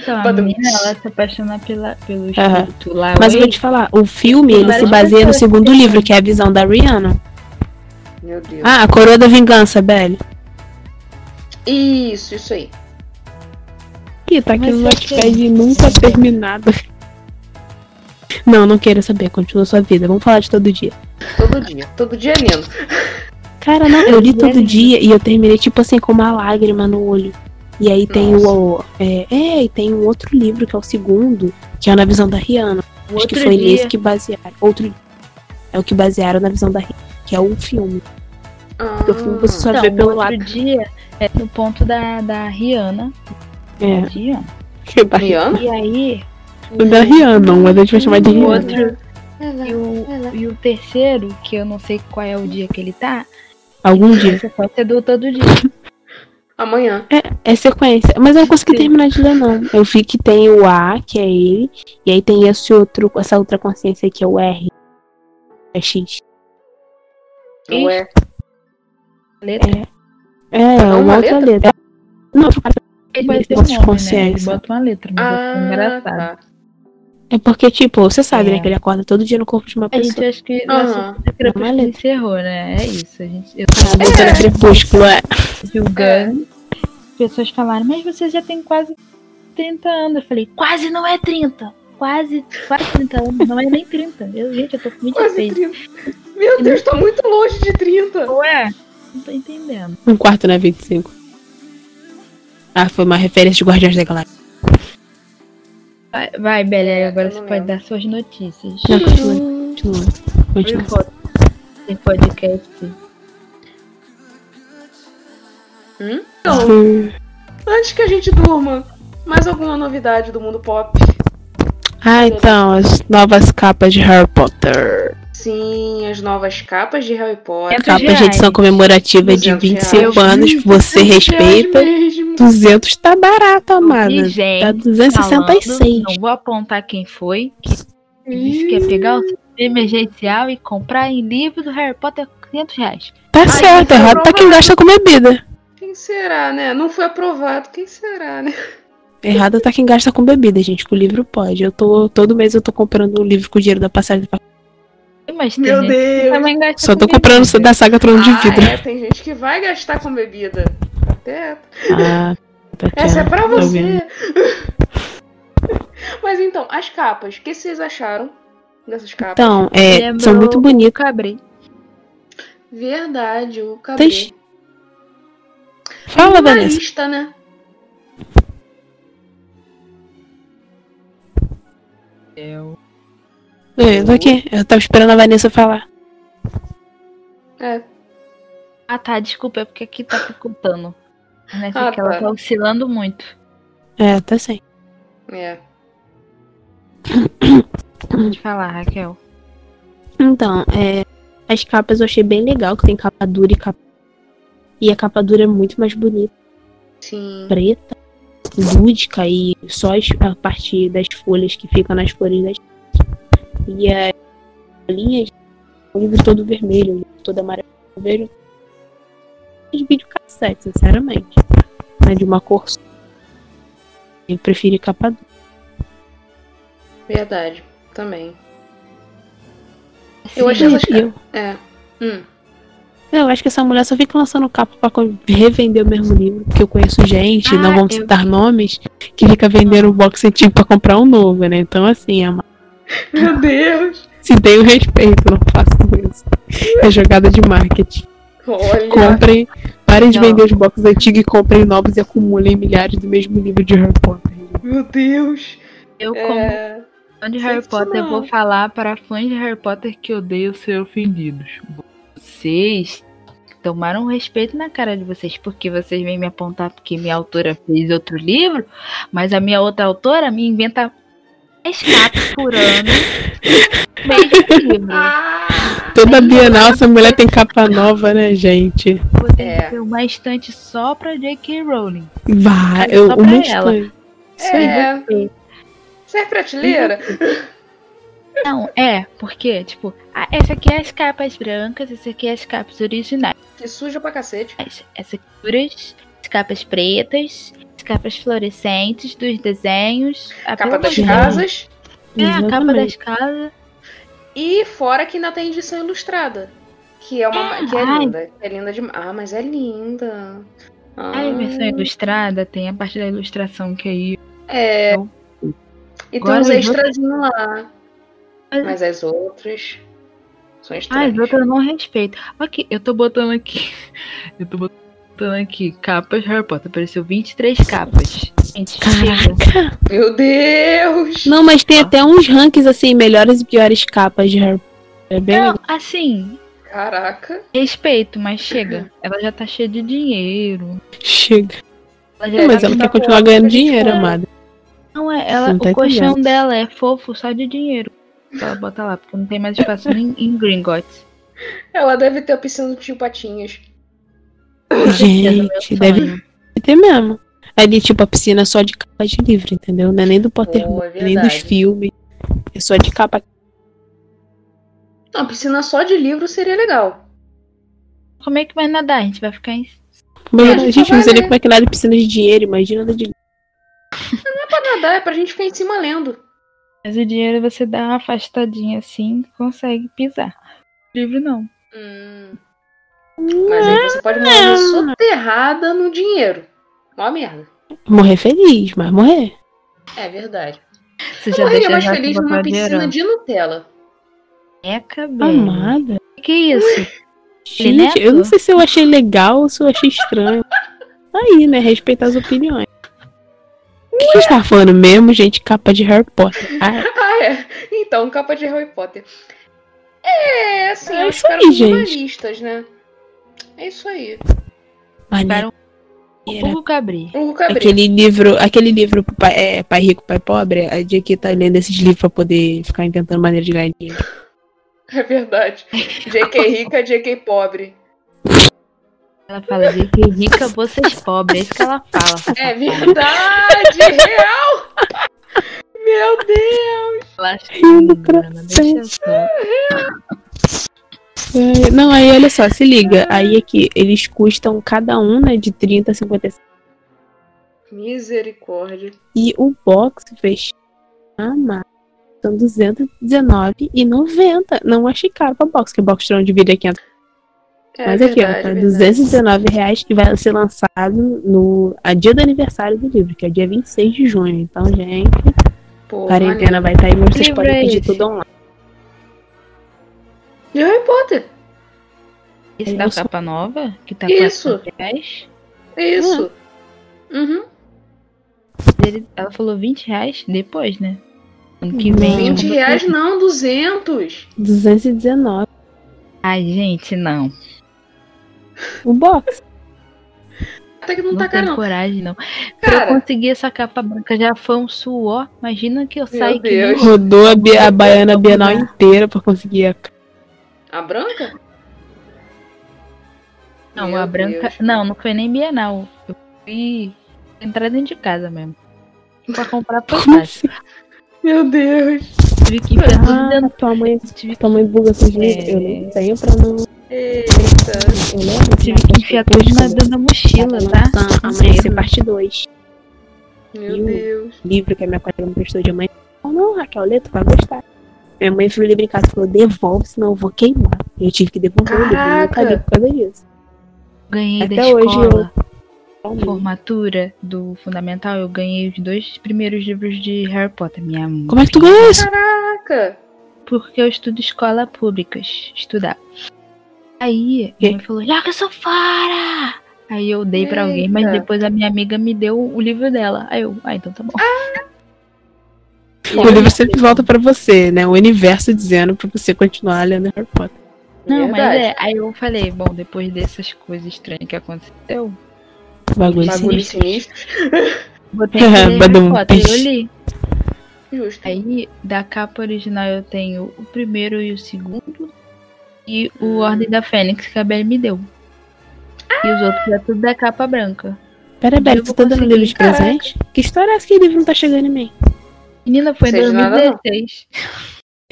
C: Então, a
A: Badum.
C: menina, ela se apaixona pela, pelo
B: Aham.
C: espírito lá.
B: Mas eu
C: oi.
B: vou te falar, o filme
C: Tem
B: ele se
C: várias
B: baseia no
C: pessoas
B: segundo
C: que-
B: livro, que é a visão da Rihanna.
A: Meu Deus.
B: Ah, a Coroa da Vingança, Belle. Ah.
A: Isso, isso aí.
B: Ih, tá aqui
C: Mas
B: no
C: eu
B: Notepad
C: sei.
B: nunca terminado. Não, não quero saber, continua sua vida. Vamos falar de todo dia.
A: Todo dia. Todo dia é lindo.
B: Cara, não, eu li
C: E é
B: todo
C: lindo.
B: dia e eu terminei, tipo assim, com uma lágrima no olho. E aí tem
A: Nossa.
B: o. o- É, é, e tem um outro livro, que é o segundo, que é na visão da Rihanna.
C: O
B: Acho que
C: outro
B: foi
C: dia-
B: nesse que basearam. Outro dia. É o que basearam na visão da Rihanna, que é o filme.
A: Ah,
B: Eu fui- você só
C: Então,
B: vê
C: o
B: pelo
C: outro
B: lado.
C: dia é no ponto da, da Rihanna.
B: É,
C: Diana.
B: que ba-
A: Rihanna?
C: E aí.
B: O da Rihanna, mas a gente vai chamar de
C: O
B: Rihanna.
C: Um outro e o, e o terceiro, que eu não sei qual é o dia que ele tá,
B: Algum dia.
C: você pode ser do todo dia.
A: Amanhã.
B: É sequência. Mas eu não consegui
C: Sim.
B: terminar de ler, não. Eu vi que tem o A, que é ele, e aí tem esse outro, essa outra consciência que é o R. É X.
C: Ixi.
A: Ué.
C: Letra. Tá
B: É,
A: Não,
B: uma
A: uma
B: outra
A: letra?
B: letra. Não, outra letra.
C: Ele vai ter um
B: Bota de
C: nome, né? Ele
B: consciência.
C: bota uma letra, mas é
A: Ah,
C: engraçado.
A: tá.
B: é porque, tipo, você sabe,
C: É.
B: né, que ele acorda todo dia no corpo de uma
C: A
B: pessoa.
C: gente é acha que o
A: Aham.
C: assunto do
B: Uma
C: Crepúsculo
B: letra.
C: encerrou, né? É isso. A gente, eu
B: A
C: tava
B: Ah, doutora Crepúsculo é.
C: julgando. É. Pessoas falaram, mas você já tem quase 30 anos. Eu falei, quase não é 30. Quase, quase 30 anos. Não é nem 30. Eu, gente, eu tô com
A: Quase
C: 26.
A: 30. Meu Deus, tô muito longe de 30.
C: Ué? Não tô entendendo.
B: Um quarto na 25. Ah, foi uma referência de Guardiões da Galáxia.
C: Vai, vai Belé, agora
A: eu
C: você
A: não
C: pode
A: lembro.
C: dar suas notícias.
B: Não, continua, continua. continua.
C: Tem podcast.
A: Hum? Então, antes que a gente durma, mais alguma novidade do mundo pop?
B: Ah, então, as novas capas de Harry Potter.
A: Sim, as novas capas de Harry Potter.
C: Entra
B: Capa de
C: reais.
B: edição comemorativa de
A: 200
B: 25
A: reais.
B: anos, você respeita.
A: mesmo.
B: 200 tá barato,
C: E,
B: amada.
C: gente,
B: Tá
C: falando,
B: 266.
C: não vou apontar quem foi, que disse que ia pegar o sistema emergencial e comprar em livro do Harry Potter 500 reais.
B: Tá certo,
A: então
B: errado tá quem gasta com bebida.
A: Quem será, né? Não foi aprovado, quem será, né?
B: Errado tá quem gasta com bebida, gente. Com o livro pode. Eu tô. Todo mês eu tô comprando um livro com o dinheiro da passagem. pra-
C: Mas tem
A: Meu
C: gente que
A: Deus.
C: também gasta
B: Só
C: com
B: tô
C: bebida.
B: comprando da saga Trono tá de Vidro.
A: Ah, é, tem gente que vai gastar com bebida. Até.
B: Ah, tá
A: Essa é
B: certo.
A: pra
B: Tá
A: você.
B: vendo?
A: Mas então, as capas, o que vocês acharam dessas capas?
B: Então, é, são
C: Lembrou
B: muito
C: o
B: bonitas.
C: Cabrei.
A: Verdade, o cabelo.
B: Tem- Fala, Vanessa.
A: Minimalista, né?
B: Eu É, tô aqui. Eu tava esperando a Vanessa falar.
A: É.
C: Ah tá, desculpa, é porque aqui tá picotando. Nessa
A: Ah,
C: que ela
A: tá.
C: tá oscilando muito.
B: É, tá sim.
A: É.
C: Pode falar, Raquel.
B: Então, é. As capas eu achei bem legal, que tem capa dura e capa. E a capa dura é muito mais bonita.
A: Sim.
B: Preta, lúdica e só as- a parte das folhas que fica nas flores das. E as linhas, o um livro todo vermelho, o livro todo amarelo, um vermelho. As videocassete, sinceramente. Né, de uma cor só. Eu prefiro capa dura.
A: Verdade. Também. Eu achei essas
B: Gente, eu-
A: É. Hum.
B: Eu acho que essa mulher só fica lançando capa pra co- revender o mesmo livro, porque eu conheço gente, não
A: Ah,
B: vamos
A: eu
B: citar nomes, que fica vendendo o box antigo pra comprar um novo, né? Então, assim, é uma...
A: Meu Deus.
B: se tem o respeito, não façam isso. É jogada de marketing.
A: Olha.
B: Comprem, parem de
C: É. Não.
B: vender os boxes antigos e comprem novos e acumulem milhares do mesmo livro de Harry Potter.
A: Meu Deus.
C: Eu, como
A: É...
C: fã de Harry Potter, eu vou
A: sensacional.
C: falar para fãs de Harry Potter que odeiam ser ofendidos. Vocês tomaram um respeito na cara de vocês, porque vocês vêm me apontar porque minha autora fez outro livro, mas a minha outra autora me inventa 10 capas por ano. do Mesmo livro.
A: Ah!
B: Toda Bienal, essa mulher tem capa nova, né, gente?
C: Vou ter
A: É.
C: que ter uma estante só pra J.K. Rowling.
B: Vá,
C: Mas
B: eu,
C: só
B: uma
C: pra ela.
B: estante. Isso aí,
A: É.
B: gostei.
A: Serve prateleira?
C: Não, é, porque, tipo, ah, essa aqui é as capas brancas, essa aqui é as capas originais.
A: Que suja pra cacete.
C: as, as texturas, as capas pretas, as capas fluorescentes dos desenhos, a
A: Capa das
B: Sim.
A: casas.
C: É, a capa
B: Exatamente.
C: das casas.
A: E fora que ainda tem edição ilustrada. Que é uma. que é
C: Ah, ai.
A: linda. É linda demais. Ah, mas é linda. Ah,
C: A versão ilustrada tem a parte da ilustração que aí.
A: É. E tem
C: Agora
A: uns
C: eu vou-
A: extrazinhos lá.
C: Mas-
A: Mas é as outras. São
C: Ah,
A: estranhas.
C: as outras eu não respeito. Aqui, eu tô botando aqui. Eu tô botando aqui capas Harry Potter. Apareceu 23 capas. Gente, chega.
A: Meu Deus!
B: Não, mas tem até uns rankings assim, melhores e piores capas de Harry Potter. É bem legal.
C: Não, assim,
A: Caraca.
C: respeito, mas chega. Ela já tá cheia de dinheiro.
B: Chega.
C: Ela já
B: É, mas
C: tá
B: ela
A: tá
B: quer
A: bom,
B: continuar ganhando
A: mas a gente
B: dinheiro,
A: vai.
B: amada.
C: Não, é, ela,
B: Não tá
C: o colchão
B: entendendo.
C: dela é fofo só de dinheiro. que Ela bota lá, porque não tem mais espaço em, em Gringotts.
A: Ela deve ter a piscina do tio Patinhas.
B: Gente, deve
C: é Sonho.
B: ter mesmo. Ali, tipo, a piscina é só de capa de livro, entendeu? Não é nem do Potter,
A: Pô, é
B: nem dos
A: verdade.
B: filmes. É só de capa.
A: Não, piscina só de livro seria legal.
C: Como é que vai nadar? A gente vai ficar em.
B: Mas,
A: É, a gente
B: gente, não sei
A: trabalha,
B: nem como é que nada de piscina de dinheiro, imagina nada de
A: Não é pra nadar, é pra gente ficar em cima lendo.
C: Mas o dinheiro você dá uma afastadinha assim, consegue pisar. Livro não.
A: Hum. Mas aí você pode morrer soterrada no dinheiro. Mó merda.
B: morrer feliz, mas morrer.
A: É verdade.
C: Você
A: Eu
C: já
A: morreria
C: deixa
A: mais
C: já
A: feliz numa piscina de Nutella.
C: Eca, bem.
B: Amada.
C: Que é isso?
B: Gente, eu não
C: É. neto?
B: sei se eu achei legal ou se eu achei estranho. Aí, né? Respeitar as opiniões. O que a gente tava falando mesmo, gente? Capa de Harry Potter. Ah,
A: Ah, é. Então, capa de Harry Potter. É, assim,
B: É
A: elas
B: isso aí,
A: ficaram
B: gente.
A: minimalistas, né? É isso aí.
B: maneiro.
C: Para o Hugo
B: É
C: Cabri.
A: O Gabriel.
B: Aquele livro, aquele livro pai, é, pai Rico, Pai Pobre, a dia que tá lendo esses livros pra poder ficar inventando maneira de ganhar dinheiro.
A: É verdade. JK rica, JK pobre.
C: Ela fala de que rica vocês pobres. É isso que ela fala.
A: É verdade! Real! Meu Deus!
C: Ela xinga, deixa eu só.
B: É, Não, aí olha só, se liga. Aí aqui, eles custam cada um, né, de 30 a 50
A: Misericórdia.
B: E o box fechado amado, são 219,90. Não achei caro pra box, que box de onde vira 500.
A: É
B: Mas aqui, ó,
A: verdade,
B: tá
A: é
B: R$
A: verdade.
B: 219 reais que vai ser lançado no a dia do aniversário do livro, que é dia 26 de junho. Então, gente,
A: Pô,
C: né?
B: quarentena
A: maneiro.
B: vai estar aí, mas vocês
C: Livro
B: podem
C: é
B: pedir
C: esse?
B: tudo online.
A: De Harry Potter.
C: Esse da
B: Eu sou-
C: capa nova, que tá
A: Isso.
C: 400 reais.
A: É
C: Hum.
A: isso. Uhum.
C: Ele- ela falou 20 reais depois, né? Ano que vem.
B: Não.
A: 20 reais não, 200.
B: 219
C: Ai, gente, não.
B: o box.
A: Até que não,
C: Não
A: tá
C: tenho
A: caro, não.
C: coragem, não. Pra eu
A: Cara,
C: conseguir essa capa branca já foi um suor. Imagina que eu
A: Meu
C: saio que nem-
A: Deus.
B: Rodou a, Bi- a Baiana Bienal inteira pra conseguir a
A: A branca?
C: Não,
A: Meu
C: um a branca.
A: Deus.
C: Não, não foi nem Bienal. Eu fui entrar dentro de casa mesmo. Pra comprar fantástico.
A: Meu Deus.
C: Tive que ir pra tudo dentro.
B: Ah, tua mãe,
C: Tive,
B: tua mãe buga com dinheiro.
C: É.
B: Eu nem tenho pra não.
A: Eita.
B: Eu lembro.
C: tive que enfiar tudo na, dentro da mochila, tá?
B: Amanhecer parte 2.
A: Meu Deus.
B: Livro que a minha colega me prestou de amanhã. Oh, não, Raquel, lê, tu vai gostar. Minha mãe foi livro em casa e falou: devolve, senão eu vou queimar. Eu tive que devolver o livro. Eu nunca
A: Caraca.
B: li por causa disso.
C: Ganhei da
B: Até hoje
C: escola.
B: Como
C: Formatura do Fundamental, eu ganhei os dois primeiros livros de Harry Potter. Minha mãe.
B: é que tu ganhou isso?
A: Caraca.
C: porque eu estudo escola públicas, estudar. Aí
B: Quê?
C: minha mãe falou, joga isso fora! Aí eu dei pra alguém, mas
A: Eita.
C: depois a minha amiga me deu o livro dela. Aí eu, ah, então tá bom.
B: O livro sempre volta pra você, né? O universo dizendo pra você continuar lendo Harry Potter.
C: Não, mas
A: Verdade.
C: é. Aí eu falei, bom, depois dessas coisas estranhas que aconteceu,
B: Bagulho
C: Bagulho.
B: assim.
A: Bagulho sinistro.
C: vou ter que ler Harry
B: Badum,
C: Potter. Eu
B: pish.
C: li.
A: Justo.
C: Aí da capa original eu tenho o primeiro e o segundo. E o
A: Hum.
C: Ordem da Fênix que a Belle me deu. E os outros é tudo da capa branca.
B: Pera,
C: Eu
B: Bela,
C: vou
B: tu tá dando
C: conseguir,
B: livro de
A: caraca.
B: presente? Que história é essa que o livro não tá chegando em mim?
C: Menina, foi em
A: Seja nada, não.
C: 2016.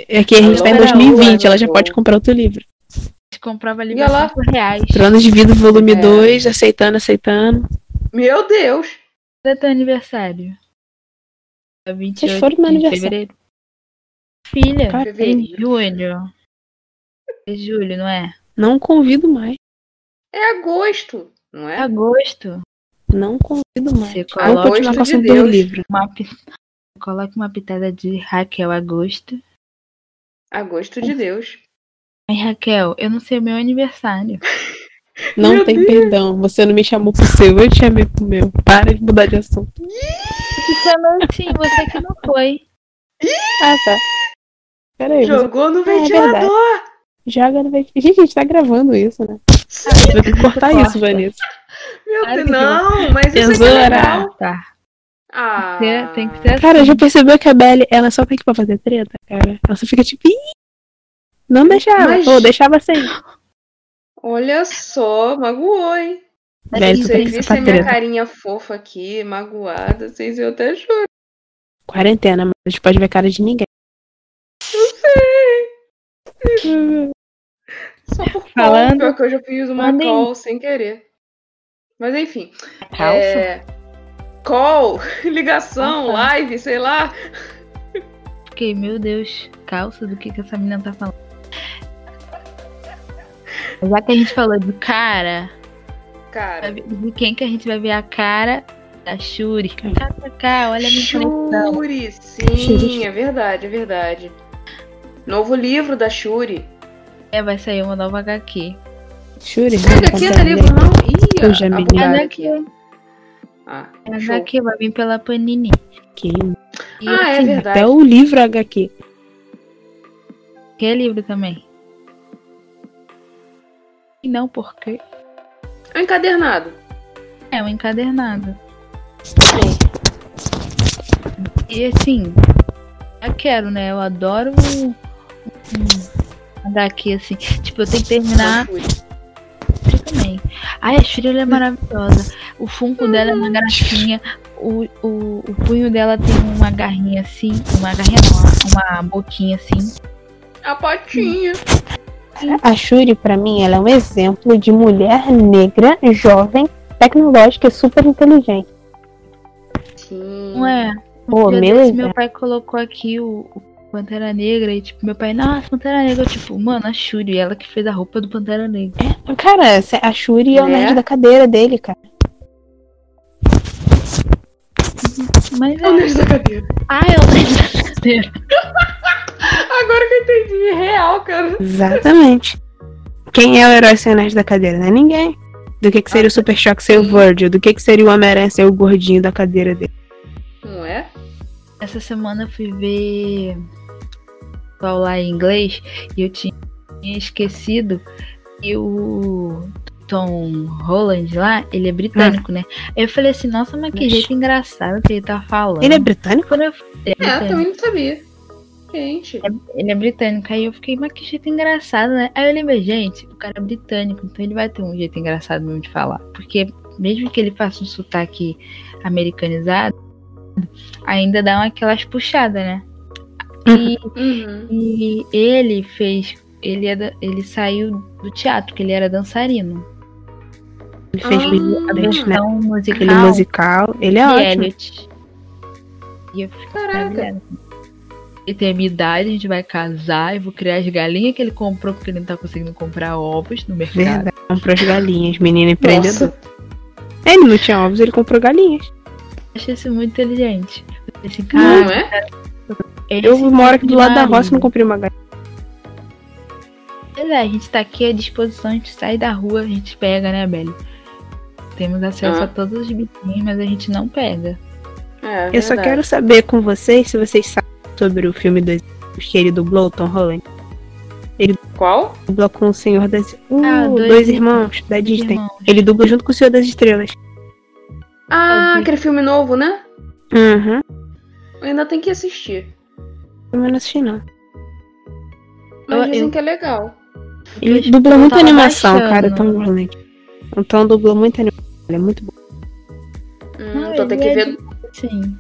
B: É que a gente
A: Alô,
B: tá em
A: Raul,
B: 2020, ela já
A: Raul.
B: pode comprar outro livro.
C: gente comprava
A: E
C: livro
A: ela-
C: a 5 reais.
B: Trono de Vida, volume
A: É.
B: 2, aceitando, aceitando.
A: Meu Deus.
C: Era teu aniversário. Dia 28
B: foram no meu
C: de
B: aniversário?
C: Fevereiro. Filha,
B: Cara,
C: é em
A: Fevereiro.
C: julho. É julho, não é?
B: não convido mais.
A: É agosto, não
C: É
A: é?
C: agosto.
B: Não convido mais.
C: Você
B: Vamos
A: Alô,
C: coloca
A: anjo
B: continuar com o
A: de
B: assunto do
A: Deus.
B: livro.
C: uma, pi- coloca uma pitada de Raquel Agosto.
A: Agosto
C: É.
A: de Deus.
C: Ai, Raquel, eu não sei o meu aniversário.
B: Não
A: Meu
B: tem perdão. Você não me chamou pro seu, eu te chamei pro meu. Para de mudar de assunto.
C: Falou assim, você que não foi.
B: Ah, tá. Pera aí, você
A: Jogou no
B: Ah, é
A: ventilador.
B: joga no ventilador. Gente, a gente tá gravando isso, né?
A: Sim.
B: Vai ter que cortar
C: Corta.
B: isso, Vanessa.
A: Meu
C: Claro
A: Deus,
C: que
A: não, mas isso é
B: Tesoura.
A: legal.
C: Tá.
A: Ah,
C: Você tem que ser assim.
B: Cara, já percebeu que a Belly, ela só tá aqui pra fazer treta, cara? Ela só fica tipo... "Ih". Não deixava.
A: Mas-
B: Ou deixava assim. sem.
A: Ah, Olha só, magoou, hein?
C: Né,
B: Velho, tu
A: Vocês
B: tem que ser
A: vissem
B: pra
A: a minha
B: treta.
A: carinha fofa aqui, magoada, vocês iam até chorar.
B: Quarentena, mas a gente pode ver cara de ninguém.
A: Só por
C: Falando-
A: Falando... pior que eu já fiz uma
C: Falando em-
A: call sem querer. Mas enfim.
C: Calça.
A: é, Call, ligação,
C: Ah, tá.
A: live, sei lá.
C: É, Fiquei, meu Deus, calça do que, que essa menina tá falando. Já que a gente falou do cara, vai
A: Cara,
C: ver- de quem que a gente vai ver a cara? Da Shuri. KKK, olha a minha conexão.
A: Shuri, sim, é verdade, é verdade. Novo livro da Shuri.
C: É, vai sair uma nova HQ.
B: Shuri,
A: Não é
B: vamos
A: HQ,
B: comprar
A: não é
B: um
A: livro, não? Ih,
B: Eu já
A: a
B: me
A: bugada
C: li.
A: aqui. Ah,
C: A
A: show.
C: HQ vai vir pela Panini.
B: HQ.
C: E
A: Ah, é
C: assim,
A: verdade.
B: Até Então, o livro HQ.
C: Que é livro também. E não porque
A: É um encadernado.
C: é um encadernado. E assim, eu quero, né? Eu adoro um, um HQ, assim. Tipo, eu tenho que terminar
A: Shuri.
C: Shuri também. Ai, a Shuri ela é maravilhosa. O funko dela é uma garrafinha. O, o, o punho dela tem uma garrinha assim. Uma garrinha não, uma boquinha assim.
A: A potinha.
B: A Shuri, pra mim, ela é um exemplo de mulher negra, jovem, tecnológica e super inteligente.
A: Sim.
C: Não é?
B: Pô, meu
C: Meu, Deus,
B: exemplo.
C: meu pai colocou aqui o, o Pantera Negra e tipo, meu pai, nossa, Pantera Negra, eu, tipo, mano, a Shuri, ela que fez a roupa do Pantera Negra.
B: Cara, sé- a Shuri é o
A: Né?
B: nerd da cadeira dele, cara.
C: Mas
A: Olha
C: é.
A: isso da cadeira.
C: Ah, eu lembro.
A: Agora que eu entendi, é real, cara.
B: Exatamente. Quem é o herói sem o nerd da cadeira? Não é ninguém. Do que, que seria o Super Shock sem o Virgil? Do que, que seria o Homem-Aranha sem o gordinho da cadeira dele?
A: Não é?
C: Essa semana eu fui ver lá em inglês e eu tinha esquecido que o Tom Holland lá, ele é britânico, né? Aí eu falei assim, nossa, mas que
B: Mas-
C: jeito engraçado que ele tá falando.
B: Ele é britânico?
C: Quando eu- ele
A: É,
C: é britânico.
A: também não sabia. Gente.
C: Ele é britânico. Aí eu fiquei, mas que jeito engraçado, né? Aí eu lembrei, gente, o cara é britânico, então ele vai ter um jeito engraçado mesmo de falar. Porque mesmo que ele faça um sotaque americanizado, ainda dá uma- aquelas puxadas, né? E,
A: Uhum.
C: e ele fez. Ele, é da- ele saiu do teatro, que ele era dançarino.
B: Ele fez
A: Ah,
B: Big Dance, né?
C: Então, musical.
B: Aquele musical. Ele é
C: de
B: ótimo.
C: Elliot. E eu fiquei
A: tá Caraca.
C: maravilhada. Ele tem a minha idade, a gente vai casar, eu vou criar as galinhas que ele comprou porque ele não tá conseguindo comprar ovos no mercado.
B: Verdade. Comprou as galinhas, menino empreendedor.
A: Nossa.
B: Ele não tinha ovos, ele comprou galinhas.
C: Eu achei isso muito inteligente. Eu falei assim, cara,
A: Não é?
C: esse é
B: Eu moro aqui do lado da
C: marido.
B: roça e não comprei uma galinha.
C: Pois é, a gente tá aqui à disposição, a gente sai da rua, a gente pega, né, Beli? Temos acesso
A: Ah.
C: a todos os bichinhos, mas a gente não pega.
A: é
B: Eu só
A: verdade.
B: quero saber com vocês se vocês sabem sobre o filme dos Anjos que ele dublou, o Tom Holland.
A: Qual?
B: Dublou com o Senhor das... Uh,
C: Ah,
B: dois,
C: dois
B: irmãos da Disney.
C: Irmão,
B: Ele dubla junto com o Senhor das Estrelas.
A: Ah,
C: Alguém.
A: aquele filme novo, né?
B: Uhum.
A: Eu ainda tem que assistir.
B: Eu não assisti, não.
A: Mas
C: Eu-
A: dizem
C: eu-
A: que é legal.
B: Ele
C: eu
B: dubla
C: tava
B: muita animação,
C: baixando.
B: cara, o Tom Holland. O Tom dublou muita animação. Ele é muito bom.
A: Hum,
C: Ah,
A: vou, ter
C: ele
A: que
C: é
A: ver,
C: Sim.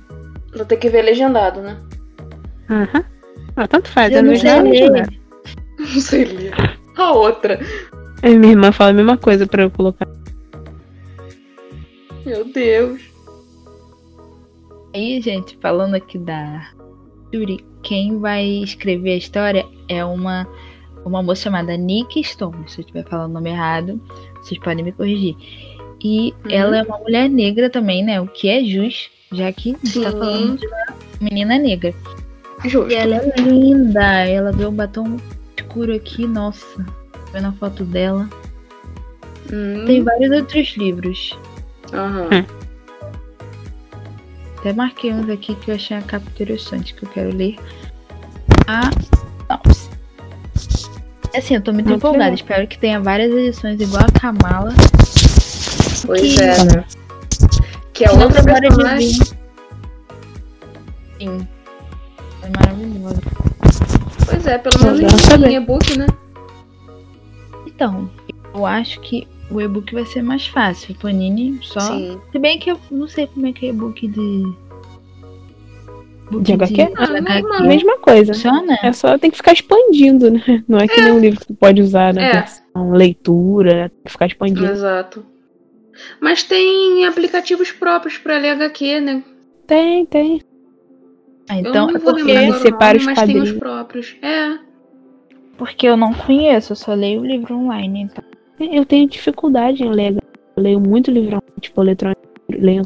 A: vou ter que ver legendado, né?
B: Aham. Ah, tanto faz,
C: Eu
B: eu
C: não
B: não
C: sei
B: já
C: ler.
A: Não sei ler. A outra.
B: Minha irmã fala a mesma coisa pra eu colocar.
A: Meu Deus.
C: Aí, gente, falando aqui da Yuri, quem vai escrever a história é uma, uma moça chamada Nick Stone. Se eu estiver falando o nome errado, vocês podem me corrigir. E
A: Uhum.
C: ela é uma mulher negra também, né? O que é justo, já que está
A: Sim.
C: falando de uma menina negra.
A: Justo.
C: E ela é linda. Ela deu um batom escuro aqui, nossa. Tô Vendo a foto dela.
A: Hum,
C: Tem vários outros livros.
A: aham.
C: É, Até marquei uns aqui que eu achei a capa interessante que eu quero ler. Ah, nossa. Assim, eu tô muito,
B: Muito
C: empolgada.
B: legal.
C: Espero que tenha várias edições igual a Kamala.
A: Pois
C: Que-
A: é, né? Que é
C: Não
A: outra
C: demora de
A: personagem.
C: vir. Sim. É maravilhosa.
A: Pois é, pelo menos
B: Eu
A: em-
B: também.
A: em e-book, né?
C: Então, eu acho que o e-book vai ser mais fácil. Panini só
A: Sim.
C: Se bem que eu não sei como é que é e-book de. book
B: De HQ?
A: Ah,
C: HQ.
B: A mesma coisa.
C: Funciona?
B: É só tem que ficar expandindo, né? Não é que nem um livro que tu pode usar na
A: É.
B: versão leitura, tem que ficar
C: Uhum.
B: expandindo.
A: Exato. Mas tem aplicativos próprios pra ler HQ, né?
B: Tem, tem.
C: Ah,
A: eu
C: então é
A: não vou
C: porque,
A: lembrar agora o
B: separa
A: nome,
B: os
A: mas tem os
B: quadrinhos.
A: próprios. É.
C: porque eu não conheço, eu só leio o livro online. Então.
B: Eu tenho dificuldade em ler. Eu leio muito livrão, tipo, eletrônico. Leio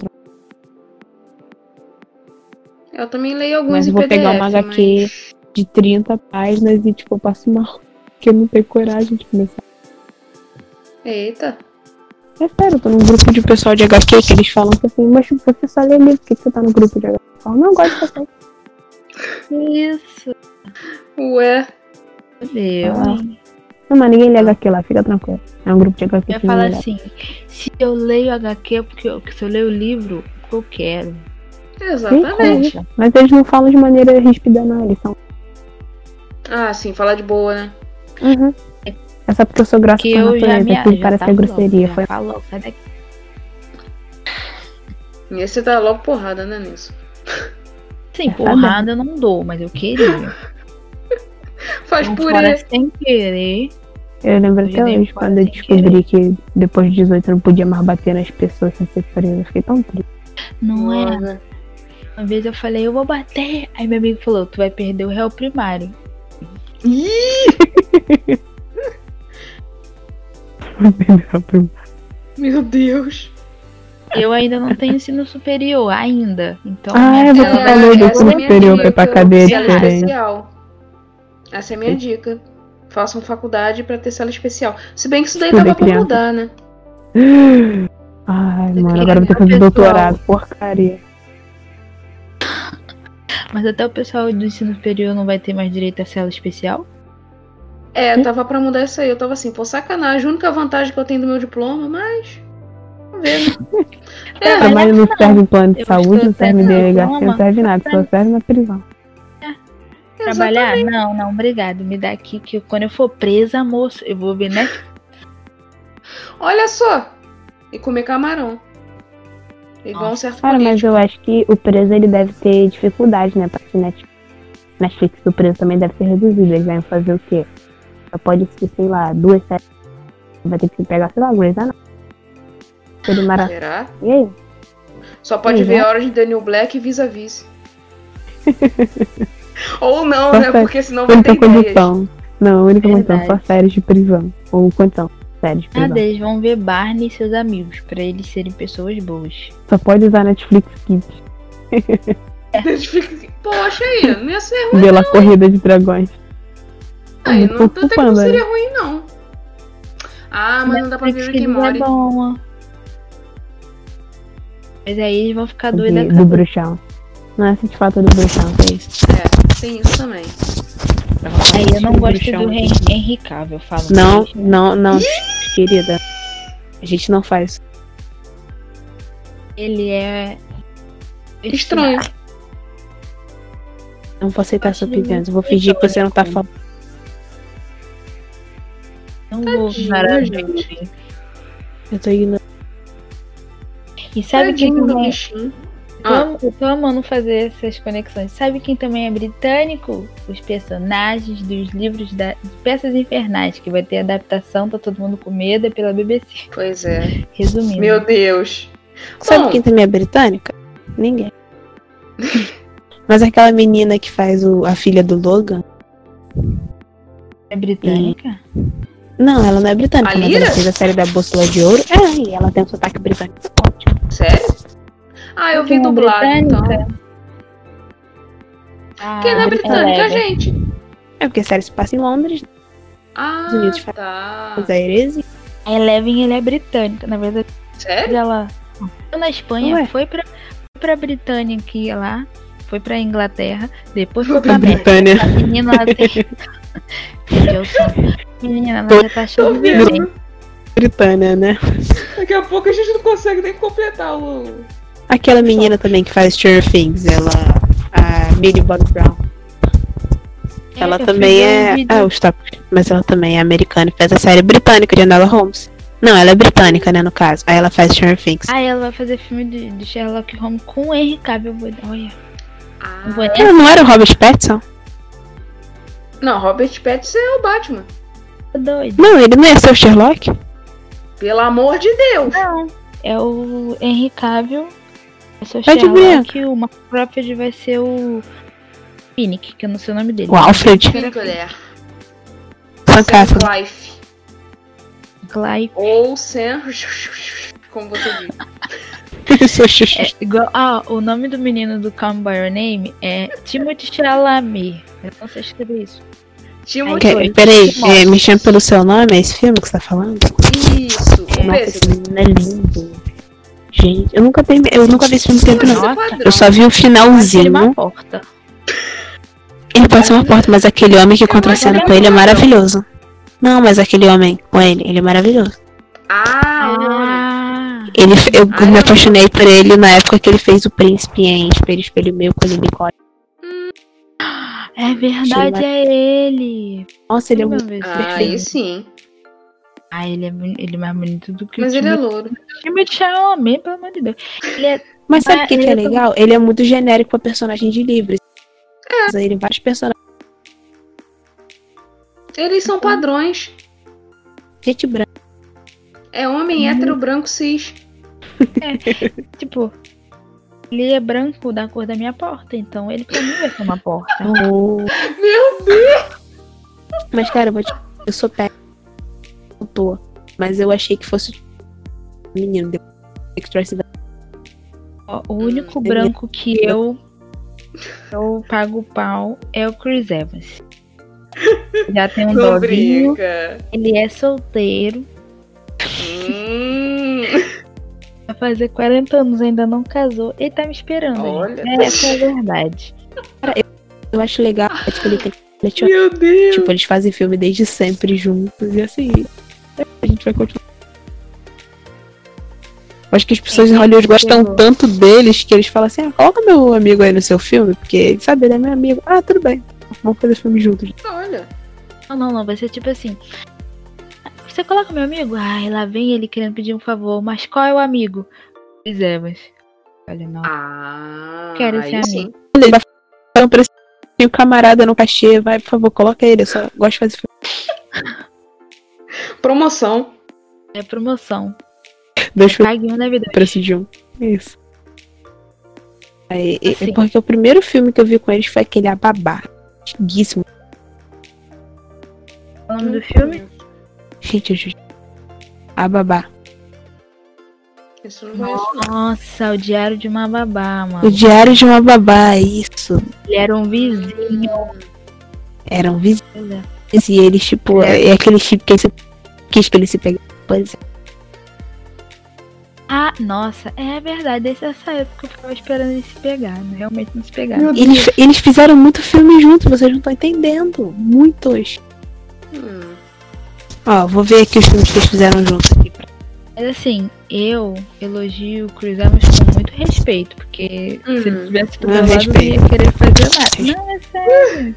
A: Eu também leio alguns
B: Mas
A: em
B: eu vou
A: PDF,
B: pegar uma HQ de 30 páginas e, tipo, eu passo mal. Porque eu não tenho coragem de começar.
A: mas- Eita.
B: É sério, eu tô num grupo de pessoal de HQ que eles falam que assim, mas você só lê livro, por que que você tá no grupo de HQ? Eu falo, não, eu gosto de você.
C: Isso.
A: Ué.
C: Eu
B: Ah, Não, mas ninguém lê HQ lá, fica tranquilo. É um grupo de HQ.
C: ia
B: que ninguém
C: falar
B: lê.
C: assim: se eu leio HQ, é porque eu, se eu leio o livro, o que eu quero.
A: Exatamente.
B: Sim, Mas eles não falam de maneira ríspida, não. Eles são.
A: Ah, sim, falar de boa, né?
B: Uhum. É só porque eu sou grossa
C: Que
B: por
C: eu já
B: natureza,
C: me
B: aquilo
C: já
B: parece
C: tá
B: ser grosseria.
C: louca,
B: Foi
C: tá louca, sai daqui.
A: E você dá logo porrada, né, nisso?
C: Sim, porrada eu não dou, mas eu queria.
A: Faz
C: Então,
A: purê.
C: sem querer.
B: Eu lembro
C: Eu
B: até
C: dei
B: hoje,
C: fora
B: quando eu
C: sem
B: descobri que depois de 18 eu não podia mais bater nas pessoas sem ser presa. Eu fiquei tão triste.
A: um
C: Não é
A: Nossa.
C: Uma vez eu falei, eu vou bater. Aí meu amigo falou, tu vai perder o réu primário.
A: Ih, meu Deus.
C: Eu ainda não tenho ensino superior, ainda. Então,
B: Ah,
C: minha
B: é,
C: tela-
B: você falou do
A: essa é a minha
B: superior,
A: dica,
B: foi pra cadeia
A: cela
B: diferente.
A: especial. Essa é a minha dica. Façam faculdade pra ter cela especial. Se bem que isso daí
B: Estudem,
A: dava pra
B: criança.
A: mudar, né?
B: Ai,
C: Você
B: mano,
C: queria
B: agora eu vou ter que fazer
C: ganhar o pessoal.
B: doutorado. Porcaria.
C: Mas até o pessoal do ensino superior não vai ter mais direito à cela especial.
A: É, tava pra mudar isso aí. Eu tava assim, pô, sacanagem. A única vantagem que eu tenho do meu diploma, mas. Vamos ver, né? É,
C: Mas
B: Trabalho não serve em plano de
C: Eu
B: saúde,
C: estou
B: não serve em
C: tentando
B: delegacia, não
C: arrumar.
B: serve em nada, só serve na prisão.
C: Trabalhar? Não, não, obrigado. Me dá aqui que quando eu for presa, moço, eu vou ver, né?
A: Olha só! E comer camarão. Igual um certo
D: Cara, mas
A: político.
D: eu acho que o preso ele deve ter dificuldade, né? Pra que Netflix, Netflix o preso também deve ser reduzido. Eles vão fazer o quê? Só pode ser, sei lá, duas séries. Vai ter que pegar, sei lá, Grey's Anatomy. Todo maravilha.
A: Será?
D: E aí?
A: Só pode
D: Uhum.
A: ver a hora de Daniel Black e vis-a-vis. Ou não, né?
D: Perfeito.
A: Porque senão vai ter
D: Única
A: ideias.
D: condição. Não, única condição, só
C: Verdade. Ah,
D: séries de prisão. Ou condição, séries de
C: Nada,
D: prisão.
C: eles vão ver Barney e seus amigos, pra eles serem pessoas boas.
D: Só pode usar Netflix Kids.
A: assim, Poxa aí, não ia ser
C: Ah,
A: ruim.
D: Pela corrida de dragões.
A: Aí, não,
D: Pouco
A: até que não
D: panda,
A: seria ruim, não. Ah, mas não dá pra ver
C: Netflix
A: Rick and
C: é
A: Morty.
C: bom, ó. Mas aí eles vão ficar
D: de-
C: Tá doida
D: do bruxão. Não é de fato do bruxão, que é isso.
A: É, tem isso também.
C: Aí eu não
B: Do
C: gosto
B: bruxão.
C: do Hen Henry Cavill, eu falo.
B: Não,
C: mesmo.
B: não, não, querida. A gente não faz.
C: Ele é.
A: Estranho.
B: Não vou aceitar
C: Acho
B: sua
C: ele
B: opinião. Eu vou
C: muito
B: fingir que você não tá
A: Então.
C: irônico.
B: falando.
C: Não vou
A: Tadinho,
C: parar,
A: gente.
C: gente.
B: Eu tô ignorando.
C: E sabe quem
A: Tadinho do
C: também é
A: bichinho.
C: Eu tô,
A: Ah.
C: am- eu tô amando fazer essas conexões. Sabe quem também é britânico? Os personagens dos livros da de Peças Infernais, que vai ter adaptação, tá todo mundo com medo, é pela BBC.
A: Pois é.
C: Resumindo.
A: Meu Deus.
B: Sabe
A: Bom,
B: quem também é britânica? Ninguém. Mas aquela menina que faz o- a filha do Logan.
C: É britânica?
B: Não, ela não é britânica.
A: A
B: mas
A: Lyra?
B: ela fez a série da Bússola de Ouro. É, e ela tem um sotaque britânico forte.
A: sério? Ah, eu vi
C: Quem é
A: dublado, então.
C: britânica? Ah,
A: Quem não é britânica é a
C: Lega.
A: gente.
B: É porque a série se passa em Londres, nos
A: Ah,
B: Unidos faz-
A: tá.
B: Aires. e-
C: A Eleven, ele é britânica. Na verdade,
A: Sério?
C: ela nasceu na Espanha,
B: Ué.
C: foi pra, foi pra Britânia aqui, lá, foi pra Inglaterra, depois
A: Foi
C: foi
A: pra
C: pra América.
B: Britânia.
C: A menina lá tem. Perdi o som. Menina, ela
B: Tô-
C: já tá
A: Tô
C: achando
A: vendo.
C: bem.
B: Britânia, né?
A: Daqui a pouco a gente não consegue nem completar o.
B: Aquela menina também que faz Stranger Things, ela. A Millie Bobby Brown. Ela
C: eu
B: também
C: fui ver um
B: é.
C: vídeo-
B: Ah, os tópicos. Mas ela também é americana. Faz a série britânica de Anela Holmes. Não, ela é britânica, né, no caso. Aí ela faz Stranger Things.
C: Ah, ela vai fazer filme de, de Sherlock Holmes com o Henry Cavill. vou- Olha,
A: Ah.
C: o boneco.
B: Ela não era o Robert Pattinson?
A: Não, Robert Pattinson é o Batman.
C: é doido.
B: Não, ele não ia ser o Sherlock?
A: Pelo amor de Deus.
C: Não, é o Henry Cavill. Vai ser o
B: Tá de
C: Sherlock. O Mark Crawford vai ser o Finnick, que eu não sei o nome dele.
B: O Alfred?
A: Sinclair.
B: Fantástico.
A: Sam Clive.
C: Clive.
A: Ou Sam. Como você diz.
C: É, igual, ah, o nome do menino do Come By Your Name é Timothy Chalamet. Eu não sei escrever isso.
A: Timothy.
B: Que- Peraí, é, me chama pelo seu nome? É esse filme que você tá falando?
A: Isso. Um
D: Nossa, esse
A: pêssego.
D: menino é lindo.
B: Gente, eu nunca, termi- eu nunca vi esse filme tempo, não.
C: Nossa,
B: Eu só vi o
C: Ele é
B: finalzinho.
C: uma porta.
B: Ele pode ser uma porta, mas aquele homem que contracena com ele é maravilhoso. Não, mas aquele homem com ele, ele é maravilhoso.
A: Ah,
C: Ah,
B: Ele, eu me apaixonei por ele na época que ele fez o príncipe em espelho, espelho meu com ele Nicole.
C: é verdade, é ele.
B: Nossa, ele é
C: Meu
B: muito.
C: Deus,
A: ah,
C: perfeito.
A: aí sim.
C: Ah, ele é, boni- ele é mais bonito do que
A: Mas
C: o
A: ele é
C: time.
A: louro.
C: Time de Xiaomi, pelo amor de Deus. Ele é
B: Mas sabe o
C: Mas
B: que, que é
C: ele é tão-
B: legal? Ele é muito genérico pra personagem de livros. É. Ele vários personagens.
A: Eles são padrões.
B: Gente branca.
A: É homem hétero branco cis.
C: tipo. Ele é branco da cor da minha porta, então ele pra mim vai ser uma porta.
B: Meu Deus! Mas, cara, eu vou te. Eu sou péssima. Eu tô. Mas eu achei que fosse. tipo, um Menino, depois que trouxe
C: Ó, O único
A: é
B: ele-
C: branco que eu eu pago pau é o Chris Evans. Já tem um
A: Não
C: dovinho,
A: brinca.
C: ele é solteiro,
A: Hum,
C: vai fazer 40 anos, ainda não casou, ele tá me esperando. gente.
A: Olha.
C: Essa é a verdade.
B: Eu acho legal, é, tipo, ele tem ele é tipo,
A: Hum, meu Deus.
B: tipo, eles fazem filme desde sempre juntos e assim. A gente vai continuar. Eu Acho que as pessoas em Hollywood gostam tanto deles que eles falam assim: ah, coloca meu né, amigo aí no seu filme, porque ele sabe, ele é meu amigo. Ah, tudo bem. Vamos fazer filme juntos.
A: Olha.
C: Não, não, não. Vai ser tipo assim. Você coloca meu amigo? Ai, lá vem ele querendo pedir um favor. Mas qual é o amigo? Pois é, mas. Olha, não.
A: Ah.
C: Quero ser
A: aí sim.
C: amigo.
B: Ele vai falando Então, pra esse o camarada no cachê, vai, por favor, coloca ele. Eu só gosto de fazer filme.
A: Promoção.
C: É promoção.
B: Dois filmes
C: Pague um, deve dois.
B: pra esse de um. Isso. Aí, e-
C: Assim.
B: é porque o primeiro filme que eu vi com eles foi aquele A Babá. Antiguíssimo.
C: O nome do filme?
B: Gente, eu juro. A Babá.
A: Isso não conheço, não.
C: Nossa, o Diário de uma Babá, mano.
B: O Diário de uma Babá, isso.
C: Ele era um
A: Hum.
C: vizinho.
B: Eram vizinhos
C: Pois é.
B: e eles, tipo, é, é aquele tipo que ele se, quis que ele se pegasse. Pois é.
C: Ah, nossa, é verdade. Desde essa época eu ficava esperando ele se pegar. né? Realmente não se pegar.
A: Meu
B: Eles, eles fizeram muito filme junto, vocês não estão entendendo. Muitos.
A: Hum.
B: Ó, vou ver aqui os filmes que eles fizeram juntos aqui. pra-
C: Mas assim, eu elogio o Chris Evans com muito respeito, porque se ele
A: Uhum.
C: tivesse do
B: Ah,
C: meu lado, eu não ia
B: respeito.
C: querer fazer nada. Não, é sério.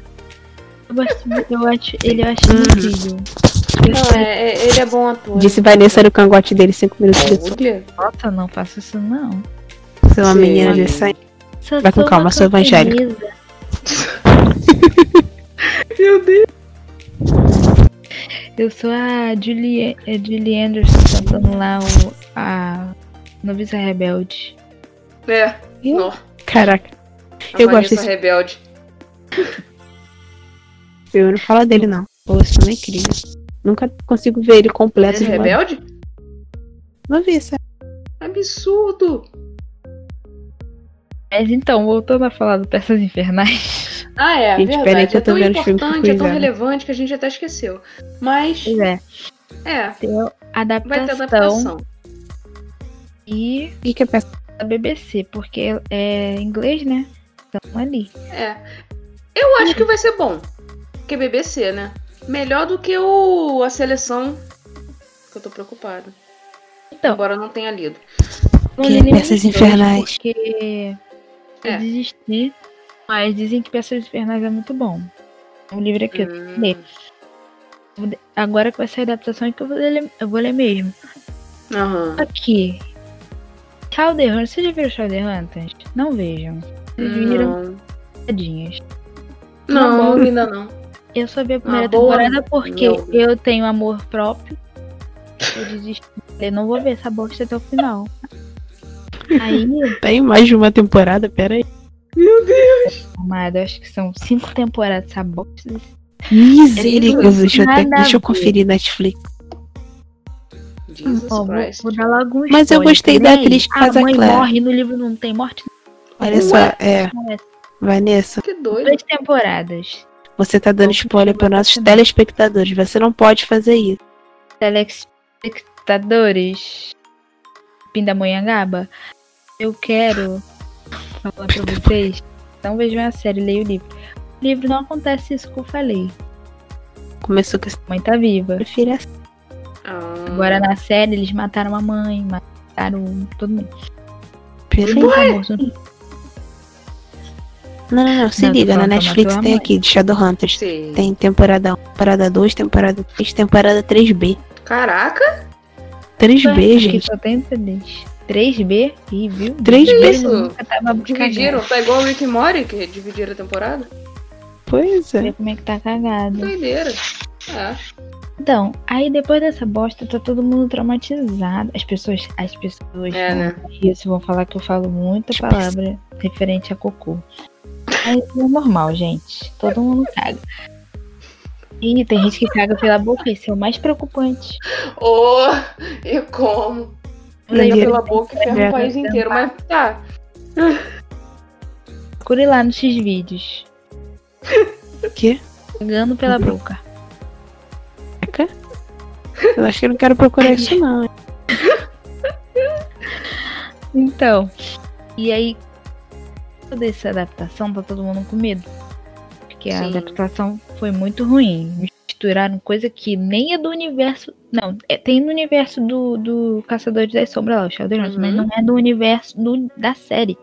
C: Eu gosto muito, eu acho, ele eu
B: Uhum.
C: acho incrível. Eu
A: Não,
C: sei,
A: é, é- ele é bom ator.
B: Disse Vanessa era o cangote dele cinco minutos de sol.
A: Olha.
C: nossa, não faço isso não.
B: Ser uma
A: Sim.
B: menina de sangue.
C: Só
B: Vai com
C: uma
B: calma, sou evangélica.
C: camponesa.
A: Meu Deus.
C: Eu sou a Julie, a Julie Anderson cantando lá o, a Noviça Rebelde.
A: É.
B: Eu?
A: Nó.
B: Caraca,
A: A
B: Eu
A: Vanessa
B: gosto desse-
A: Rebelde.
B: eu não falo dele, não. Pô, esse filme é incrível. Nunca consigo ver ele
A: Vanessa
B: completo de uma...
A: é Rebelde?
B: Não vi, sério.
A: Absurdo.
C: Mas então, voltando a falar do Peças Infernais.
A: Ah, é,
B: Gente, peraí
A: verdade.
B: que eu
A: É
B: tô
A: tão
B: vendo os filmes
A: importante, é tão
B: cuidados.
A: relevante que a gente até esqueceu. Mas,
C: Pois é,
A: é, vai ter
C: adaptação
A: adaptação.
C: e
B: O que que é peça?
C: da BBC, porque é inglês, né? Então ali.
A: É. Eu acho que vai ser bom. Que é BBC, né? Melhor do que o a seleção. Que eu tô preocupada.
C: Então,
A: Embora eu não tenha lido.
C: não
B: Que
C: li nenhum
B: Peças
C: dos dois,
B: Infernais.
C: Porque
A: É.
C: eu desisti, mas dizem que Peças Infernais é muito bom. O livro aqui, eu tenho que ler. Vou de- Agora que vai sair a adaptação, é que eu vou ler, eu vou ler mesmo.
A: Aham.
C: Aqui. Shadowhunters, vocês já viram Shadowhunters? Não vejam. Vocês viram?
A: Não,
C: Tadinhas.
B: Tá
A: não,
C: bom.
A: ainda não.
C: Eu só vi a primeira
A: boa,
C: temporada porque
A: não.
C: eu tenho amor próprio. Eu desisti. Eu não vou ver essa bosta até o final. Aí,
B: Tem mais de uma temporada, peraí.
C: amada, eu acho que são cinco temporadas essa bosta.
B: Misericórdia, deixa eu, até,
C: Nada a
B: deixa eu
C: ver.
B: conferir Netflix.
A: Jesus
B: Tá
C: Ó, vou,
A: Christ.
C: vou dar logo um
B: Mas eu
C: spoiler
B: gostei da
C: também.
B: atriz que faz
C: a
B: a
C: mãe
B: Claire.
C: morre no livro não tem morte?
B: Olha só, é,
C: Não é
B: Vanessa,
A: Que doido.
C: duas temporadas.
B: você tá dando spoiler para nossos telespectadores. Você não pode fazer isso.
C: Telespectadores Pindamonhangaba, eu quero falar pra vocês. Não vejam a série, leiam o livro. O livro não acontece isso que eu falei.
B: Começou com essa
C: A mãe tá viva.
B: filha assim.
A: Ah,
C: Agora na série eles mataram a mãe, mataram todo mundo. um
B: Peraí.
C: Todo mundo morto.
B: Não, não, não, se
C: Não, tô
B: liga, na
C: falando pra
B: Netflix
C: matar a
B: tem
C: mãe.
B: aqui, de Shadowhunters.
A: Sim.
B: Tem temporada 1, temporada 2, temporada 3, temporada 3B.
A: Caraca,
B: 3B,
C: Aqui
B: gente.
C: Só tem três. 3B? Ih, viu?
B: 3B.
C: Eles nunca tava
A: dividiram. Tá igual o Rick e Morty, que dividiram a temporada.
B: Pois
C: cagado.
B: é.
C: Ver como é que tá cagado.
A: Doideira. É.
C: Então, aí depois dessa bosta, tá todo mundo traumatizado. As pessoas. As pessoas.
A: É, né?
C: Isso, vão falar que eu falo muita palavra referente a cocô. Mas é normal, gente. Todo mundo caga. E tem gente que caga pela boca, isso é o mais preocupante.
A: Oh, e como? Liga
B: Doideira.
A: pela boca e ferra o
B: Doideira.
A: país inteiro. Mas tá.
C: Procure lá nos X-Vídeos.
B: O quê?
C: Cagando pela
A: Uhum.
C: boca.
B: Eu acho que eu não quero procurar isso, não. hein?
C: Então, e aí, toda essa adaptação, tá todo mundo com medo. Porque a
A: Sim.
C: adaptação foi muito ruim. Misturaram coisa que nem é do universo. Não, é- tem no universo do, do é Caçador das Sombras lá, o Sheldon, Jones, mas
A: Uhum.
C: não é do universo do- da série.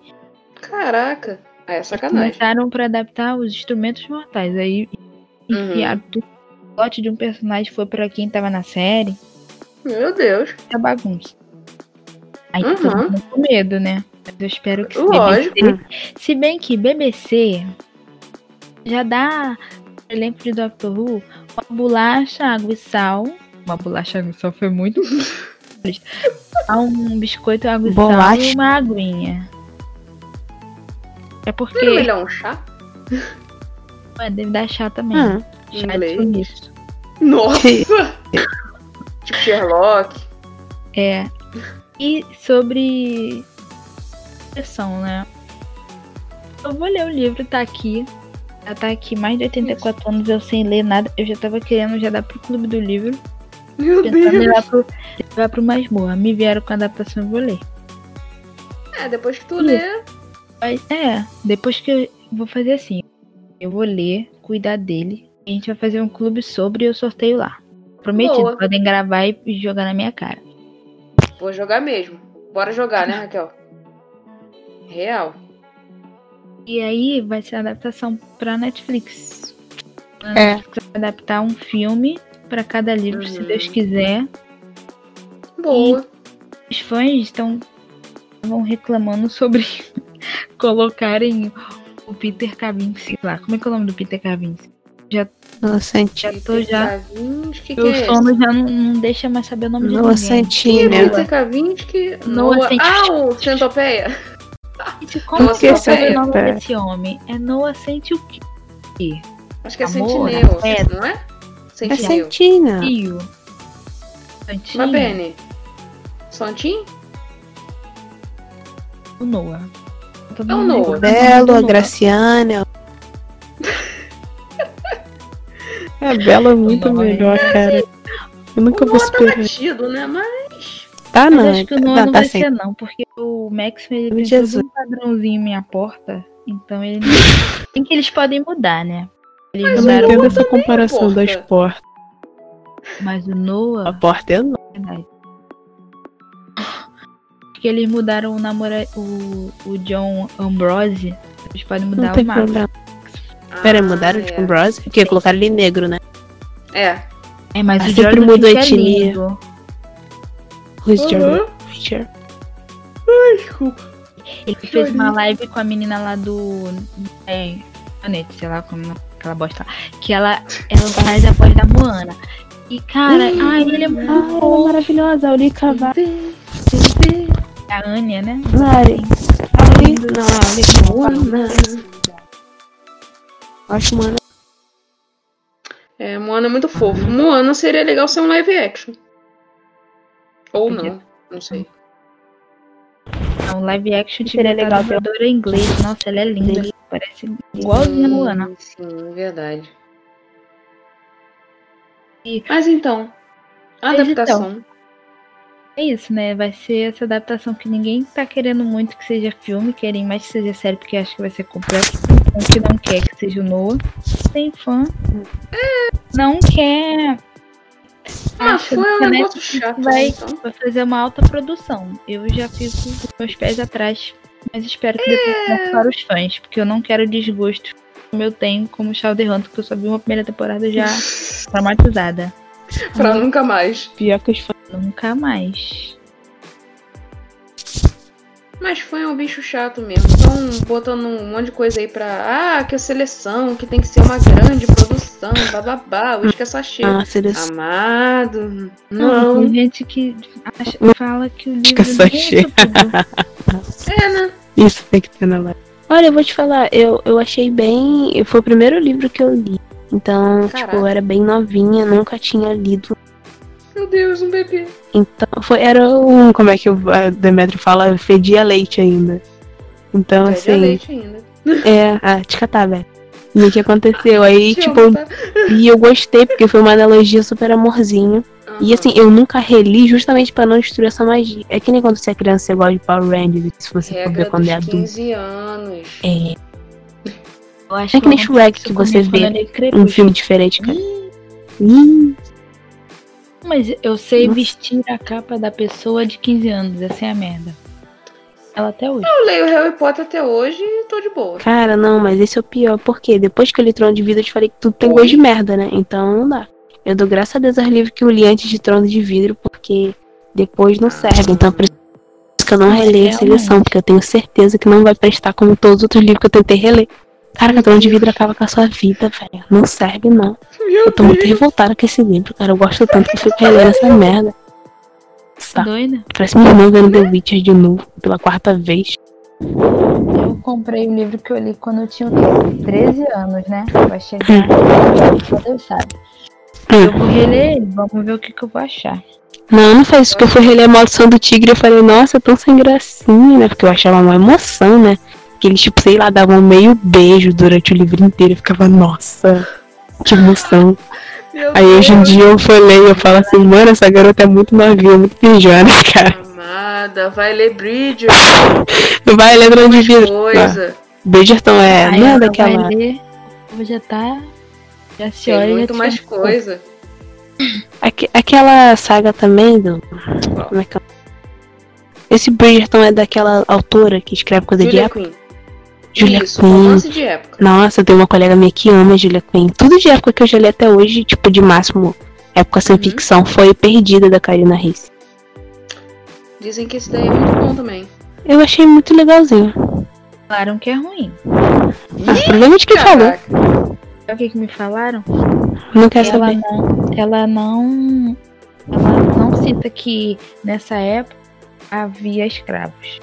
A: Caraca. É sacanagem.
C: Começaram pra adaptar os instrumentos mortais. Aí
A: Uhum.
C: enfiaram tudo. O lote de um personagem foi pra quem tava na série.
A: Meu Deus.
C: Tá bagunça. Aí tá
A: Uhum.
C: todo mundo com medo, né? Mas eu espero que
A: Lógico.
C: BBC. Se bem que BBC já dá pro elenco de Doctor Who uma bolacha, água e sal. Uma bolacha, água e sal foi muito. Há um biscoito, água e sal e
B: Bolacha.
C: uma aguinha. É porque.
A: Não, ele é um chá?
C: Ué, deve dar chá também.
B: Ah,
A: em
C: chá
A: inglês.
C: de sumiço.
A: Nossa! tipo Sherlock.
C: É. E sobre depressão, né? Eu vou ler o livro, tá aqui. Já tá aqui mais de 84 anos, eu sem ler nada. Eu já tava querendo já dar pro clube do livro.
A: Meu
C: Pensando em
A: Deus.
C: levar pro, levar pro masmorra. Me vieram com a adaptação, eu vou ler.
A: É, depois que tu lê.
C: Mas é, depois que eu vou fazer assim. Eu vou ler, cuidar dele. E a gente vai fazer um clube sobre e eu sorteio lá. Prometido,
A: Boa.
C: podem gravar e e jogar na minha cara.
A: Vou jogar mesmo. Bora jogar, né, Raquel? Real.
C: E aí vai ser a adaptação pra Netflix. A
B: É.
C: Netflix vai adaptar um filme pra cada livro, se
A: Uhum.
C: Deus quiser.
A: Boa.
C: Os fãs estão vão reclamando sobre colocarem o Peter Kavinsky lá. Como é que é o nome do Peter Kavinsky?
B: Inocente.
C: Já tô
A: Peter
C: já.
A: Kavinsky, que,
C: Meu
A: é esse?
C: sono já não, não deixa mais saber o nome de ninguém.
A: Que
B: Inocentinha.
A: Peter Kavinsky?
C: Noah
A: Noah.
C: Cent-
A: Ah, o Centopeia.
C: Gente, Como
A: Nossa,
C: que é o
A: Peter.
C: sobrenome desse homem? É Noah Sente o quê?
A: Acho que é Sentinel,
C: Amor, é.
A: não é?
B: É
A: Sentinel.
B: Santina.
C: Tio.
A: Mas,
C: Santinho
A: Penny. Santin?
C: Uhum. ou Noah? Todo
A: É o
C: mundo
A: Noah.
C: igual.
B: Belo, a
C: Noah.
B: Graciana. É, Belo é muito
C: Noah.
B: melhor, cara. Eu nunca
A: O
B: vou
A: Noah tá
B: superar.
A: batido, né? Mas.
B: Tá,
C: Mas
B: não.
C: acho que o Noah
B: tá,
C: não
B: tá
C: vai
B: sem.
C: ser não, porque o Max ele tem
B: Jesus.
C: todo um padrãozinho em minha porta, então ele tem que eles podem mudar, né? Eles
B: Eu não
C: mudaram,
B: entendo essa
A: também,
B: comparação
A: porta.
B: das portas.
C: mas o
B: A
C: Noah,
B: porta é enorme.
C: é verdade. Porque eles mudaram o namora o, o John Ambrose, eles podem
B: Não
C: mudar
B: tem
C: o Max.
B: problema.
A: Ah,
B: Pera, mudaram de
A: é.
B: Ambrose? Porque colocaram ele negro, né?
A: É.
C: É, mas
B: Ah,
C: o
B: sempre
C: Jordan
B: mudou a
C: Peele é
B: etnia.
C: lindo.
B: Who's your
A: Uhum.
B: picture?
A: Desculpa.
C: Ele fez uma live com a menina lá do é, Anete, sei lá como aquela bosta lá, que ela ela faz a voz da Moana. E cara,
A: Ih,
C: ai, ele é
B: Ah,
C: muito
B: ela é
C: fofo.
B: maravilhosa. A Ulrika vai.
C: A Ania, né?
B: Lari. A Ulrika. Não, a Ulrika.
A: Moana.
B: Eu Acho, mano.
A: É, Moana é muito fofo. Moana seria legal ser um live action. Ou não. Não sei.
C: É um live action de
D: Seria legal ter-
C: dubladora em inglês. Nossa, ela é linda. Parece igualzinha a Moana.
A: Sim, Sim, é verdade.
C: E-
A: Mas então, a
C: Mas então,
A: adaptação.
C: É isso, né? Vai ser essa adaptação que ninguém tá querendo muito que seja filme, querem mais que seja série, porque acho que vai ser complexo. Tem fã que não quer que seja o Noah. Tem fã. é, Não quer.
A: Ah,
C: Acha
A: foi um
C: que né, a
A: negócio
C: Netflix
A: chato.
C: Vai,
A: Então.
C: vai fazer uma alta produção. Eu já fico com meus pés atrás. Mas espero que
A: É.
C: depois não para os fãs, porque eu não quero desgosto como eu tenho como Childer Hunter, que eu só vi uma primeira temporada já traumatizada.
A: pra nunca mais.
B: Pior que os fãs.
C: Nunca mais.
A: Mas foi um bicho chato mesmo. Estão botando um monte de coisa aí pra. Ah, que a seleção, que tem que ser uma grande produção, bababá, hoje que essa chega.
B: Ah, seria
A: Amado.
C: Não,
A: Não.
C: Tem gente que acha- fala que o livro
B: Fica só
C: nem é
B: cheio.
C: sobre-
A: É, né?
B: Isso tem que ter na live.
D: Olha, eu vou te falar, eu, eu achei bem. Foi o primeiro livro que eu li. Então,
A: Caraca.
D: tipo, eu era bem novinha, nunca tinha lido.
A: Meu Deus, um bebê.
D: Então,
B: Foi, era um, como é que o a Demetrio fala, fedia leite ainda. Então,
A: Pede a
B: assim,
A: leite ainda.
B: é, ah, te catar, velho. E o que aconteceu? Aí,
A: Te
B: tipo,
A: amo,
B: eu-
A: tá?
B: e eu gostei, porque foi uma analogia super amorzinho.
A: Ah,
B: E assim, eu nunca reli justamente pra não destruir essa magia. É que nem quando você é criança, você gosta de Power Rangers, se você for
A: regra
B: ver quando
A: dos
B: é adulto.
A: 15 anos.
B: É,
C: Eu acho
B: é que nem
C: eu-
B: Shrek
C: isso
B: que você
C: comigo quando
B: vê
C: eu li Crepúsculo.
B: um filme diferente, cara. Ih,
C: Mas eu sei
B: Nossa.
C: vestir a capa da pessoa de 15 anos, essa é a merda. Ela até hoje.
A: Eu leio Harry Potter até hoje e tô de boa.
B: Cara, não, mas esse é o pior, porque depois que eu li Trono de Vidro, eu te falei que tudo tem gosto de merda, né? Então não dá. Eu dou graças a Deus aos livros que eu li antes de Trono de Vidro, porque depois não serve. Então por isso que eu não releio essa lição, porque eu tenho certeza que não vai prestar como todos os outros livros que eu tentei reler. Cara, Trono de Vidro acaba com a sua vida, velho. Não serve, não.
A: Meu
B: Eu tô muito revoltada com esse livro, cara. Eu gosto tanto que eu fico relendo essa merda. Tá.
C: Doida.
B: Parece minha irmã vendo The Witcher de novo, pela quarta vez.
C: Eu comprei o livro que eu li quando eu tinha o quê? 13 anos, né? Vai chegar. Só Deus sabe. Eu vou reler ele, vamos ver o que, que eu vou achar.
B: Não, não faz isso, porque eu fui reler a Maldição do Tigre e eu falei, nossa, é tão sem gracinha, né? Porque eu achava uma emoção, né? Que eles, tipo, sei lá, davam meio beijo durante o livro inteiro. Eu ficava, nossa, que emoção.
A: Meu
B: Aí hoje em
A: Deus.
B: dia eu fui ler e eu falo assim, mano, essa garota é muito novinha, muito pijona, cara.
A: Amada, vai ler Bridger,
B: Não vai ler grande vida.
A: coisa.
B: Bridgerton é,
C: Aí
B: não é
C: ela
B: daquela.
C: vai ler, eu já tá. Já se olha
A: Tem
C: e já
A: muito
C: te
A: mais
C: fala,
A: coisa.
B: Aque- aquela saga também do. Como é que é? Esse Bridgerton é daquela autora que escreve coisa de
A: Julia
B: época.
A: Quinn.
B: Julia
A: Isso,
B: Quinn.
A: romance de época.
B: Nossa, eu tenho uma colega minha que ama Julia Quinn. Tudo de época que eu já li até hoje, tipo, de máximo, época sem
A: Uhum.
B: ficção, foi Perdida da Karina Reis.
A: Dizem que esse daí é muito bom também.
B: Eu achei muito legalzinho.
C: Falaram que é ruim.
B: Mas o problema é de quem falou.
A: Caraca.
C: Sabe o que, que me falaram?
B: Não quero
C: ela,
B: saber.
C: Não, ela não. Ela não cita que nessa época havia escravos.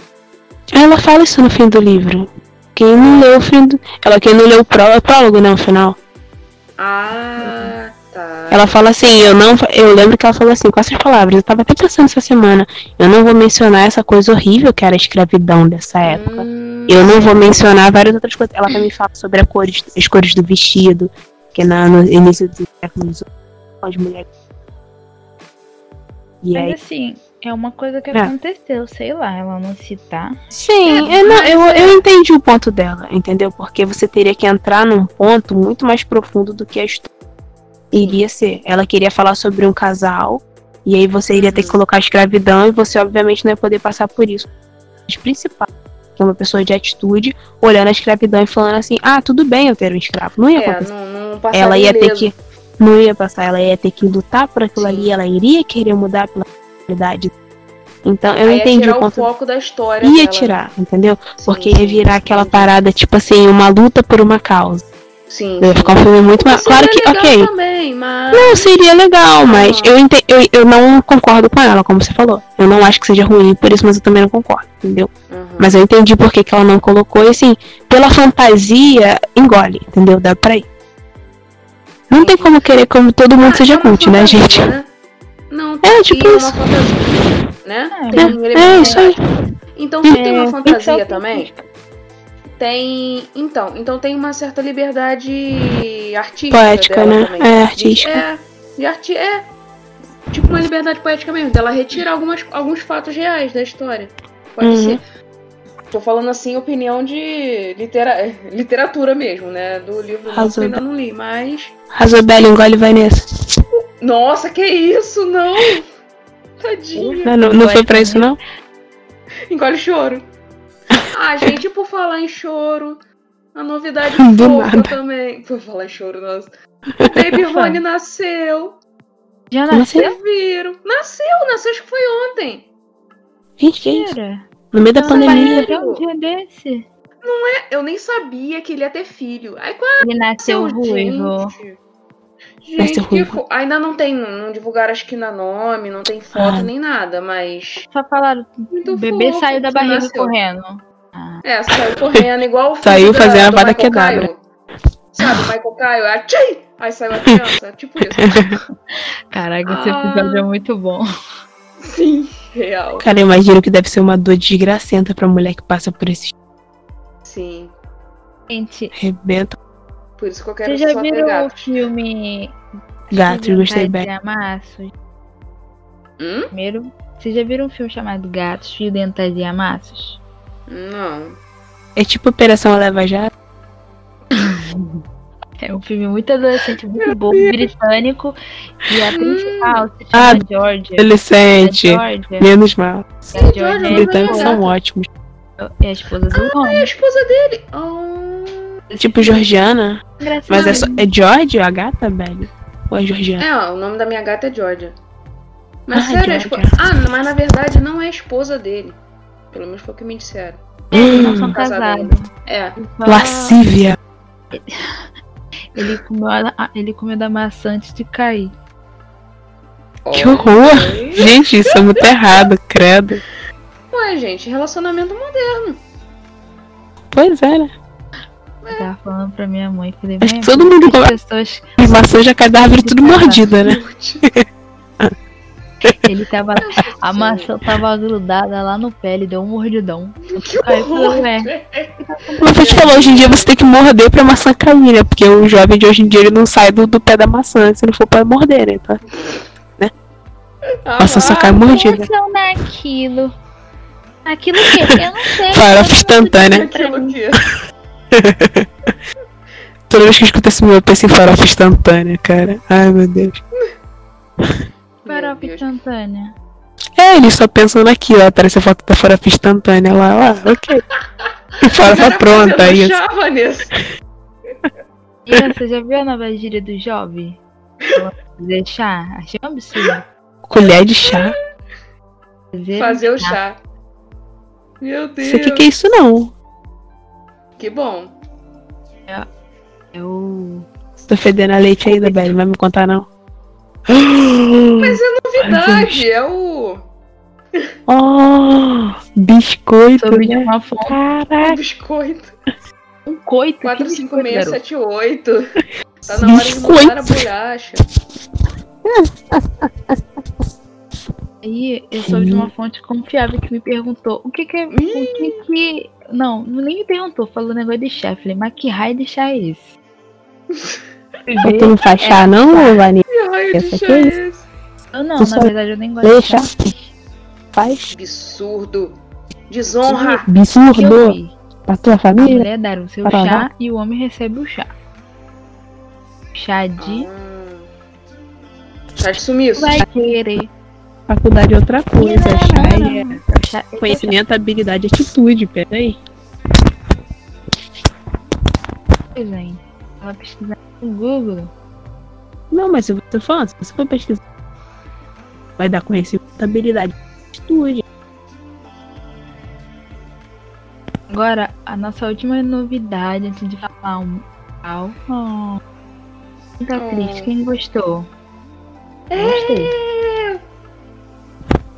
B: Ela fala isso no fim do livro. Quem não leu o fim do. Ela quem não leu o pró- prólogo, né? O final.
A: Ah, tá.
B: Ela fala assim, eu não. Eu lembro que ela falou assim, com essas palavras, eu tava até pensando essa semana. Eu não vou mencionar essa coisa horrível que era a escravidão dessa é época.
A: Hum,
B: Eu não vou mencionar várias outras coisas. Ela também fala sobre a cores, as cores do vestido, que é na, no início do século XVIII, as mulheres. E aí,
C: Mas assim, é uma coisa que
B: É.
C: aconteceu, sei lá, ela não citar.
B: sim,
A: É,
B: eu, não- eu, eu entendi o ponto dela, entendeu? Porque você teria que entrar num ponto muito mais profundo do que a história iria ser. Ela queria falar sobre um casal, e aí você iria
A: Uhum.
B: ter que colocar a escravidão, e você obviamente não ia poder passar por isso. Mas principal, que é uma pessoa de atitude, olhando a escravidão e falando assim, ah, tudo bem eu ter um escravo, não ia
A: é,
B: acontecer.
A: não, não passaria
B: ela ia ter
A: ileso.
B: que não ia passar, ela ia ter que lutar por aquilo
A: Sim.
B: ali, ela iria querer mudar pela realidade. Então eu
A: Aí ia
B: entendi
A: tirar
B: o
A: o
B: ponto.
A: foco da história.
B: Ia
A: dela.
B: tirar, entendeu?
A: Sim,
B: Porque
A: sim,
B: ia virar aquela
A: entendi.
B: parada, tipo assim, uma luta por uma causa.
A: Sim.
B: Ia ficar um filme muito mais. Claro que, ok.
A: é Também, mas...
B: Não, seria legal, mas
A: Ah.
B: eu, ente... eu, eu não concordo com ela, como você falou. Eu não acho que seja ruim, por isso, mas eu também não concordo, entendeu?
A: Uhum.
B: Mas eu entendi por que, que ela não colocou. E assim, pela fantasia, engole, entendeu? Dá pra ir. Não tem como querer como todo mundo
A: Ah,
B: seja
A: é uma
B: cult, né,
A: fantasia,
B: gente?
A: né? Não, tem
B: tipo
A: que ir
B: isso.
A: uma fantasia, né?
C: É,
A: Tem um
B: É,
A: elemento
B: isso aí.
A: Então, se
B: É,
A: tem uma
C: tem que ser
A: fantasia
C: autêntico.
A: também, tem. Então, então tem uma certa liberdade artística.
B: Poética,
A: dela
B: né?
A: também.
B: É,
A: De-
B: artística.
A: É, de arti é. Tipo uma liberdade poética mesmo, dela retirar algumas, alguns fatos reais da história. Pode
B: Uhum.
A: ser. Tô falando assim, opinião de litera literatura mesmo, né? Do livro novo,
B: Arrasou.
A: eu ainda não li, mas.
B: Razobel, engole vai nessa.
A: Nossa, que isso, não! Tadinha.
B: Não, não, não foi pra isso, não?
A: Engole choro. Ah, gente, por falar em choro, a novidade
B: Do
A: fofa
B: nada.
A: também. Por falar em choro, nossa. O Baby Rony nasceu.
C: Já
B: Como
C: nasceu?
A: Vocês viram? Nasceu, nasceu, acho que foi ontem.
B: Gente, que isso?
C: Mentira.
B: No meio da
A: Não,
B: pandemia.
A: sério?
C: Um dia desse.
A: É, Eu nem sabia que ele ia ter filho. Aí
C: Ele nasceu
A: nasceu,
C: ruivo.
A: gente.
B: Nasceu
A: Gente, que
B: ruivo.
A: fo... ainda não tem, não divulgaram acho que na nome, não tem foto
B: Ah.
A: nem nada, mas
C: Só falaram,
A: muito
C: o bebê
A: fofo
C: saiu da
A: que
C: barriga
A: nasceu.
C: correndo.
A: É, saiu correndo igual o filho
B: Saiu
A: da-
B: fazendo a
A: do
B: vada
A: Michael
B: quedabra.
A: Caio. Sabe, o Michael Caio, é tchim! Aí saiu a criança, tipo isso.
C: Caraca,
A: esse episódio
C: é muito bom.
A: Sim, real.
B: Cara, eu imagino que deve ser uma dor desgracenta pra mulher que passa por esse
A: Sim,
C: Gente,
B: rebento.
A: por isso que eu quero
C: vocês já
A: só ter
C: viram o
A: gato.
C: filme
B: Gato, eu gostei bem.
C: Vontade de Amassos?
A: Hum?
C: Primeiro, vocês já viram um filme chamado Gatos, Fio Dentais e Amassos?
A: Não.
B: É tipo Operação Leva Jato.
C: É um filme muito adolescente, muito bom, britânico. E a principal se chama
B: Ah,
C: Georgia. É
B: Adolescente.
C: Georgia.
B: Menos mal.
C: É
A: Georgia,
B: Os
A: É,
B: britânicos
A: é.
B: são ótimos.
C: É a esposa do
A: É a
C: homem.
A: esposa dele. Ah,
B: Tipo Georgiana.
C: Engraçado.
B: Mas é, só, é George a gata, velho? Ou é Georgiana?
A: É, ó, o nome da minha gata é Georgia. Mas
B: Ah,
A: sério, é a
B: Georgia.
A: esposa. Ah, não, mas na verdade não é a esposa dele. Pelo menos foi o que me disseram.
C: Eles não são
A: Hum. Casado
C: casados.
A: É.
C: Só-
B: Lascívia.
C: Ele comeu, a- a- ele comeu da maçã antes de cair.
B: Que
A: Olha
B: horror.
A: aí.
B: Gente, isso é muito errado, credo.
A: Ué, gente, relacionamento moderno.
B: Pois é, né?
C: Eu tava falando pra minha mãe, falei,
B: Acho
C: mãe,
B: que todo mundo
C: as
B: come
C: pessoas.
B: E maçã já cai da árvore tudo mordida, né?
C: Ele tava.
A: assim.
C: A maçã tava grudada lá no pé, ele deu um mordidão.
A: Que
C: Caiu pelo
A: horror.
C: pé.
B: Mas vou te falar, hoje em dia você tem que morder pra maçã cair, né? Porque o jovem de hoje em dia ele não sai do, do pé da maçã se não for pra morder, né? Então,
A: Ah,
B: a maçã só
A: ah,
B: cai mordida.
C: Aconteceu naquilo. Aquilo o quê? Eu não sei.
B: Farofa instantânea.
A: Aquilo que...
B: Toda vez que eu escuto esse meu, eu penso em farofa instantânea, cara. Ai, meu Deus.
A: Meu
C: Farofa
A: Deus.
C: instantânea.
B: É, eles só pensam naquilo, ó. Parece a foto da farofa instantânea lá, lá. Ok. E farofa tá pronta,
A: Eu
B: isso.
A: já, Vanessa.
C: E você já viu a nova gíria do jovem? Fazer chá? Achei um absurdo.
B: Colher de chá.
C: Fazer
A: Fazer o chá. Meu Deus.
B: Isso aqui que é isso, não.
A: Que bom.
C: é o.
B: Tô fedendo a leite ainda, velho. Não vai me contar, não.
A: Mas é novidade, é o
B: Oh, biscoito.
C: Sobre
B: né?
C: uma fonte.
A: Tá
D: É.
B: Caraca.
A: biscoito.
C: Um coito. que biscoito, garoto?
A: 456678. Tá na hora de mandar a
B: Biscoito.
A: bolacha.
C: Aí eu soube de uma fonte confiável que me perguntou o que que é. O que que. Não, nem me perguntou, falou negócio de chá. Eu Falei, mas que raio de chá é esse?
D: Mas tu não faz
A: É,
D: chá, não, Vani?
A: Que raio de
D: Essa
A: chá
D: aqui é
A: é esse?
C: Eu não,
D: Tu
C: na
D: só
C: verdade eu nem gosto
D: Lê
C: de chá.
D: chá? Faz?
A: Absurdo. Desonra.
C: Que eu
D: Absurdo
C: vi.
D: pra tua
C: A
D: família?
C: mulher dar o seu
D: Para
C: chá e o homem recebe o chá. Chá de.
A: Ah. Chá Hum. de sumiço.
C: Vai querer.
B: Faculdade é outra coisa. Chá é
C: Chá- esse é o
B: conhecimento, habilidade e atitude. Peraí.
C: chá, gente. Ela pesquisar no Google.
B: Não, mas se você for, se você for pesquisar, vai dar conhecimento, habilidade e atitude.
C: Agora, a nossa última novidade antes de falar um tal. Oh. Não tá
A: Oh.
C: triste, quem gostou?
A: É,
D: Gostei.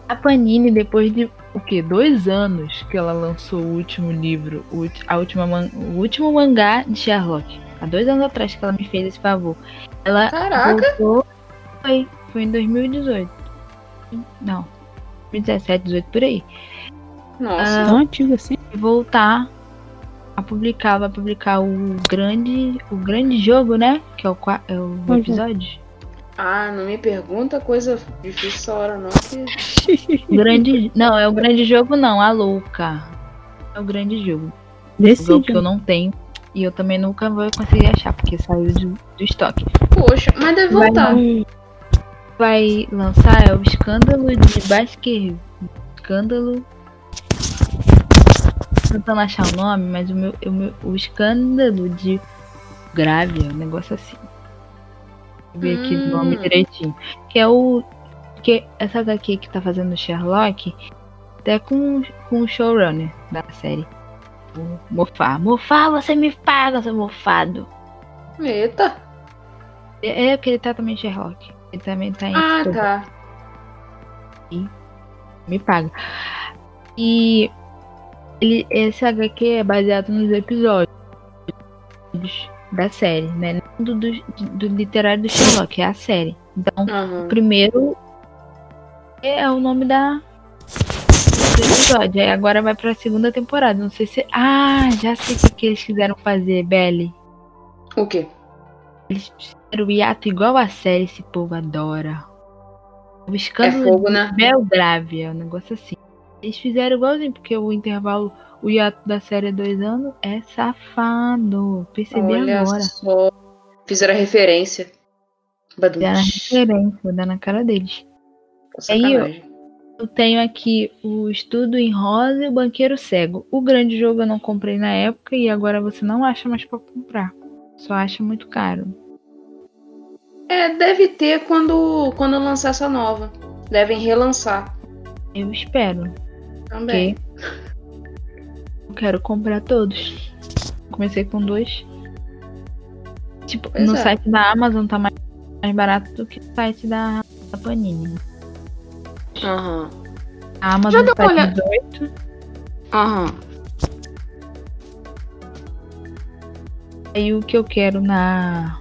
C: A Panini, depois de o quê? Dois anos que ela lançou o último livro, o, ulti- a última man- o último mangá de Sherlock. Há dois anos atrás que ela me fez esse favor. Ela
A: Caraca.
C: voltou. Foi, foi em 2018. Não. 2017, 18 por aí.
D: Ah.
A: Nossa.
B: Tão antigo assim.
C: E voltar a publicar, vai publicar o grande. O grande jogo, né? Que é o, qua- é o
B: Uhum.
C: episódio.
A: Ah, não me pergunta coisa difícil essa hora, não. que-
C: O grande. Não, é o grande jogo não, a louca. É o grande jogo. Um jogo que
B: Decide.
C: eu não tenho. E eu também nunca vou conseguir achar, porque saiu do, do estoque.
A: Poxa, mas deve
C: Vai
A: voltar.
B: um
C: Vai lançar é o escândalo de Baskerville. Escândalo. Tentando achar o nome, mas o meu, o meu- o escândalo de grave, um negócio assim. Vou ver aqui o nome
A: Hum.
C: direitinho. Que é o. Que essa daqui que tá fazendo o Sherlock, até com, com o showrunner da série. O Mofá. Mofá, você me paga, seu mofado.
A: Eita.
C: É, é porque ele tá também em Sherlock. Ele também tá em.
A: Ah, tá.
C: me paga. E ele, esse HQ é baseado nos episódios da série, né? Não Do, do, do literário do Sherlock, é a série. Então,
A: Aham.
C: o primeiro é o nome da do episódio. Aí agora vai pra segunda temporada. Não sei se. Ah, já sei o que, que eles quiseram fazer, Belly.
A: O quê?
C: Eles fizeram o hiato igual a série, esse povo adora. O
A: É
C: escândalo
A: fogo, né?
C: Belgrávia, um negócio assim. Eles fizeram igualzinho, porque o intervalo, o hiato da série é dois anos, é safado. Percebi
A: Olha
C: agora.
A: só. Fizeram a referência. Badum. Tá
C: Dá na referência, dá na cara deles.
A: Sacanagem.
C: Eu tenho aqui o Estudo em Rosa e o Banqueiro Cego. O grande jogo eu não comprei na época e agora você não acha mais pra comprar. Só acha muito caro.
A: É, deve ter quando, quando lançar essa nova. Devem relançar
C: Eu espero.
A: também.
C: Eu quero comprar todos. Comecei com dois. Tipo,
A: Pois
C: no
A: é.
C: site da Amazon tá mais, mais barato do que no site da, da Panini.
A: Aham.
C: A Amazon
A: Já deu
C: tá
A: uma olhada?
C: 18.
A: Aham.
C: Aí o que eu quero na.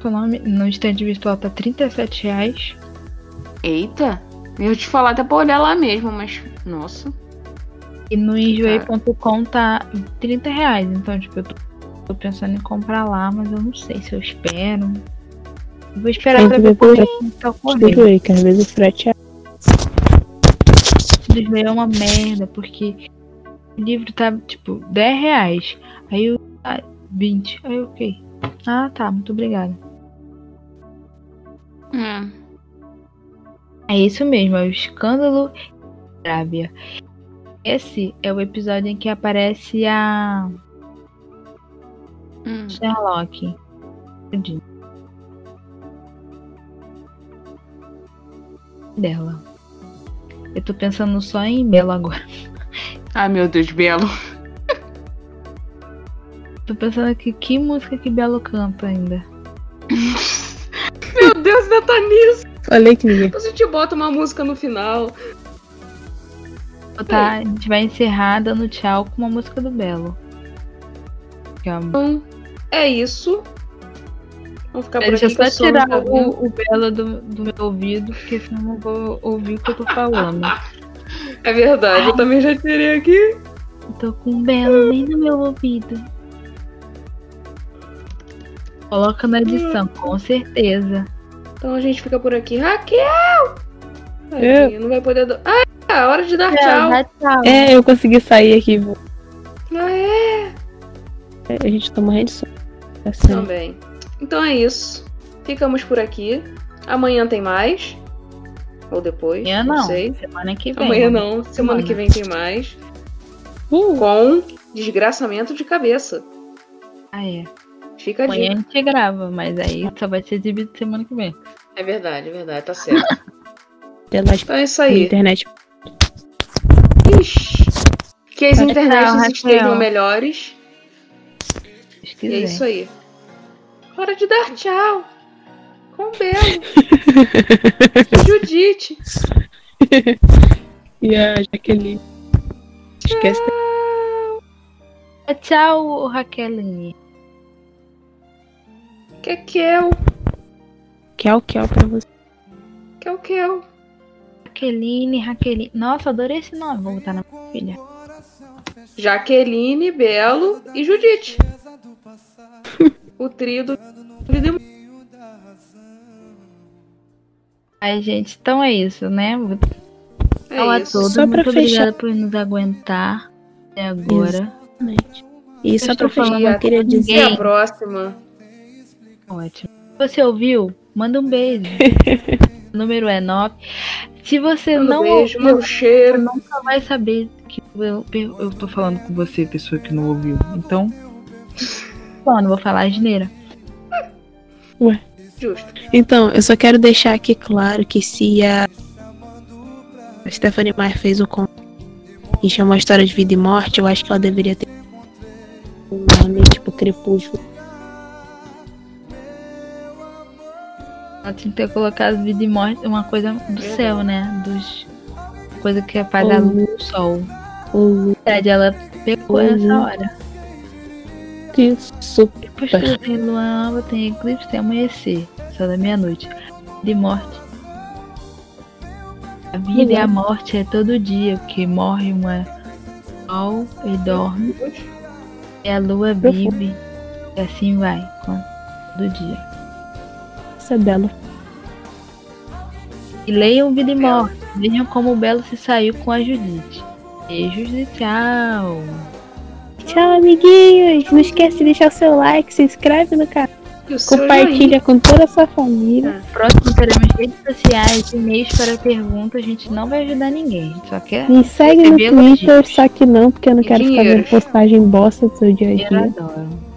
C: Qual é o nome? No stand virtual tá R$ 37 reais.
A: Eita. Eu ia te falar até pra olhar lá mesmo, mas. Nossa.
C: E no enjoei.com tá R$ 30 reais. Então, tipo, eu tô, tô pensando em comprar lá, mas eu não sei se eu espero. Eu vou esperar
B: Tem
C: pra
B: que
C: ver
B: ver por
C: como tá o correio.
B: Tudo aí, que às vezes o frete é.
C: do Ismael é uma merda, porque o livro tá, tipo, 10 reais. Aí eu. Ah, 20. Aí eu, ok. Ah, tá, muito obrigada.
A: Hum.
C: É isso mesmo, é o escândalo Grávia. Esse é o episódio em que aparece a
A: Hum.
C: Sherlock. Dela. Eu tô pensando só em Belo agora.
A: Ai, meu Deus, Belo.
C: Tô pensando aqui que música que Belo canta ainda.
A: meu Deus, ainda tá nisso.
B: Falei que ninguém.
A: Depois a gente bota uma música no final.
C: Tá, a gente vai encerrar dando tchau com uma música do Belo. Que é uma-
A: É isso. Vamos ficar por
C: Deixa eu
A: aqui. que o
C: só
A: sono
C: tirar
A: tá vindo.
C: o, o Belo do, do meu ouvido, porque senão eu não vou ouvir o que eu tô falando.
A: É verdade, eu também já tirei aqui.
C: Eu tô com o Belo bem no meu ouvido. Coloca na edição, com certeza.
A: Então a gente fica por aqui. Raquel! Tadinha, Não vai poder. dar- Ah, é hora de dar tchau.
C: Tchau, tchau.
B: É, eu consegui sair aqui. vou-
A: Ah, é
B: A gente tá morrendo de sono. Tá certo.
A: também. Então é isso. Ficamos por aqui. Amanhã tem mais. Ou depois.
C: Amanhã
A: não.
C: não.
A: sei.
C: Semana que vem.
A: Amanhã não. Semana que vem tem mais.
C: Uh!
A: Com desgraçamento de cabeça.
C: Ah, é.
A: Fica a
C: Amanhã
A: dica.
C: a gente grava, mas aí só vai ser exibido semana que vem.
A: É verdade, é verdade, tá certo.
B: Pela
A: Então é isso
B: pela
A: aí.
B: internet.
A: Ixi. Que as
C: Tchau,
A: internets
C: Raquel.
A: estejam melhores. E
C: Se
A: é
C: quiser.
A: isso aí. Hora de dar tchau. Com um Belo. Judite.
B: E a Jaqueline. Esquece.
C: Tchau, Raqueline.
A: Kekel.
B: Kel, Kel É pra você.
A: é Kekel.
C: Raqueline, Raqueline. Nossa, adorei esse nome. Vou botar na minha filha.
A: Jaqueline, Belo e Judite. O trio do...
C: Ai, gente, então é isso, né? Vou falar
A: É
C: a
A: isso.
C: todos.
B: Só pra
C: Muito obrigada por nos aguentar até agora.
B: Exatamente. né, E só pra
C: estou
B: falar,
A: falando
B: eu queria
A: Até
B: dizer.
A: a próxima.
C: Ótimo. Se você ouviu, manda um beijo. o número é 9. Se você
A: Um
C: não
A: beijo,
C: ouviu,
A: um cheiro.
C: nunca vai saber que eu, eu tô falando com você, pessoa que não ouviu. Então. Bom, não vou falar a geneira.
A: Justo.
B: Então, eu só quero deixar aqui claro que se a a Stephanie Meyer fez o conto e chamou a história de vida e morte, eu acho que ela deveria ter um nome tipo Crepúsculo.
C: Ela tinha que ter colocado vida e morte, uma coisa do céu, né? Dos. Coisa que apaga a
B: Ou-
C: luz do sol.
B: ou
C: verdade, ela pegou
B: Pois
C: nessa
B: é.
C: hora.
B: que super.
C: Depois que tem luamba, tem eclipse, tem amanhecer. Só da meia-noite. De morte. A vida
B: Uhum.
C: e a morte é todo dia, porque morre uma sol e dorme. E a lua
B: Uhum.
C: vive. E assim vai, com todo dia.
B: Essa é bela.
C: E leiam Vida e Morte. Vejam como o Belo se saiu com a Judite. Beijos e tchau.
B: Tchau, amiguinhos! Não esquece de deixar o seu like, se inscreve no canal.
A: E o seu
B: Compartilha com toda a sua família.
C: Próximo teremos redes sociais, e-mails para perguntas. A gente não vai ajudar ninguém. A gente só quer
B: Me segue no
C: Receber elogios.
B: Twitter, só que não, porque eu não
A: E
B: quero ficar
A: é dinheiro.
B: vendo postagem bosta do seu dia a
C: dinheiro.
B: dia.
C: Adoro.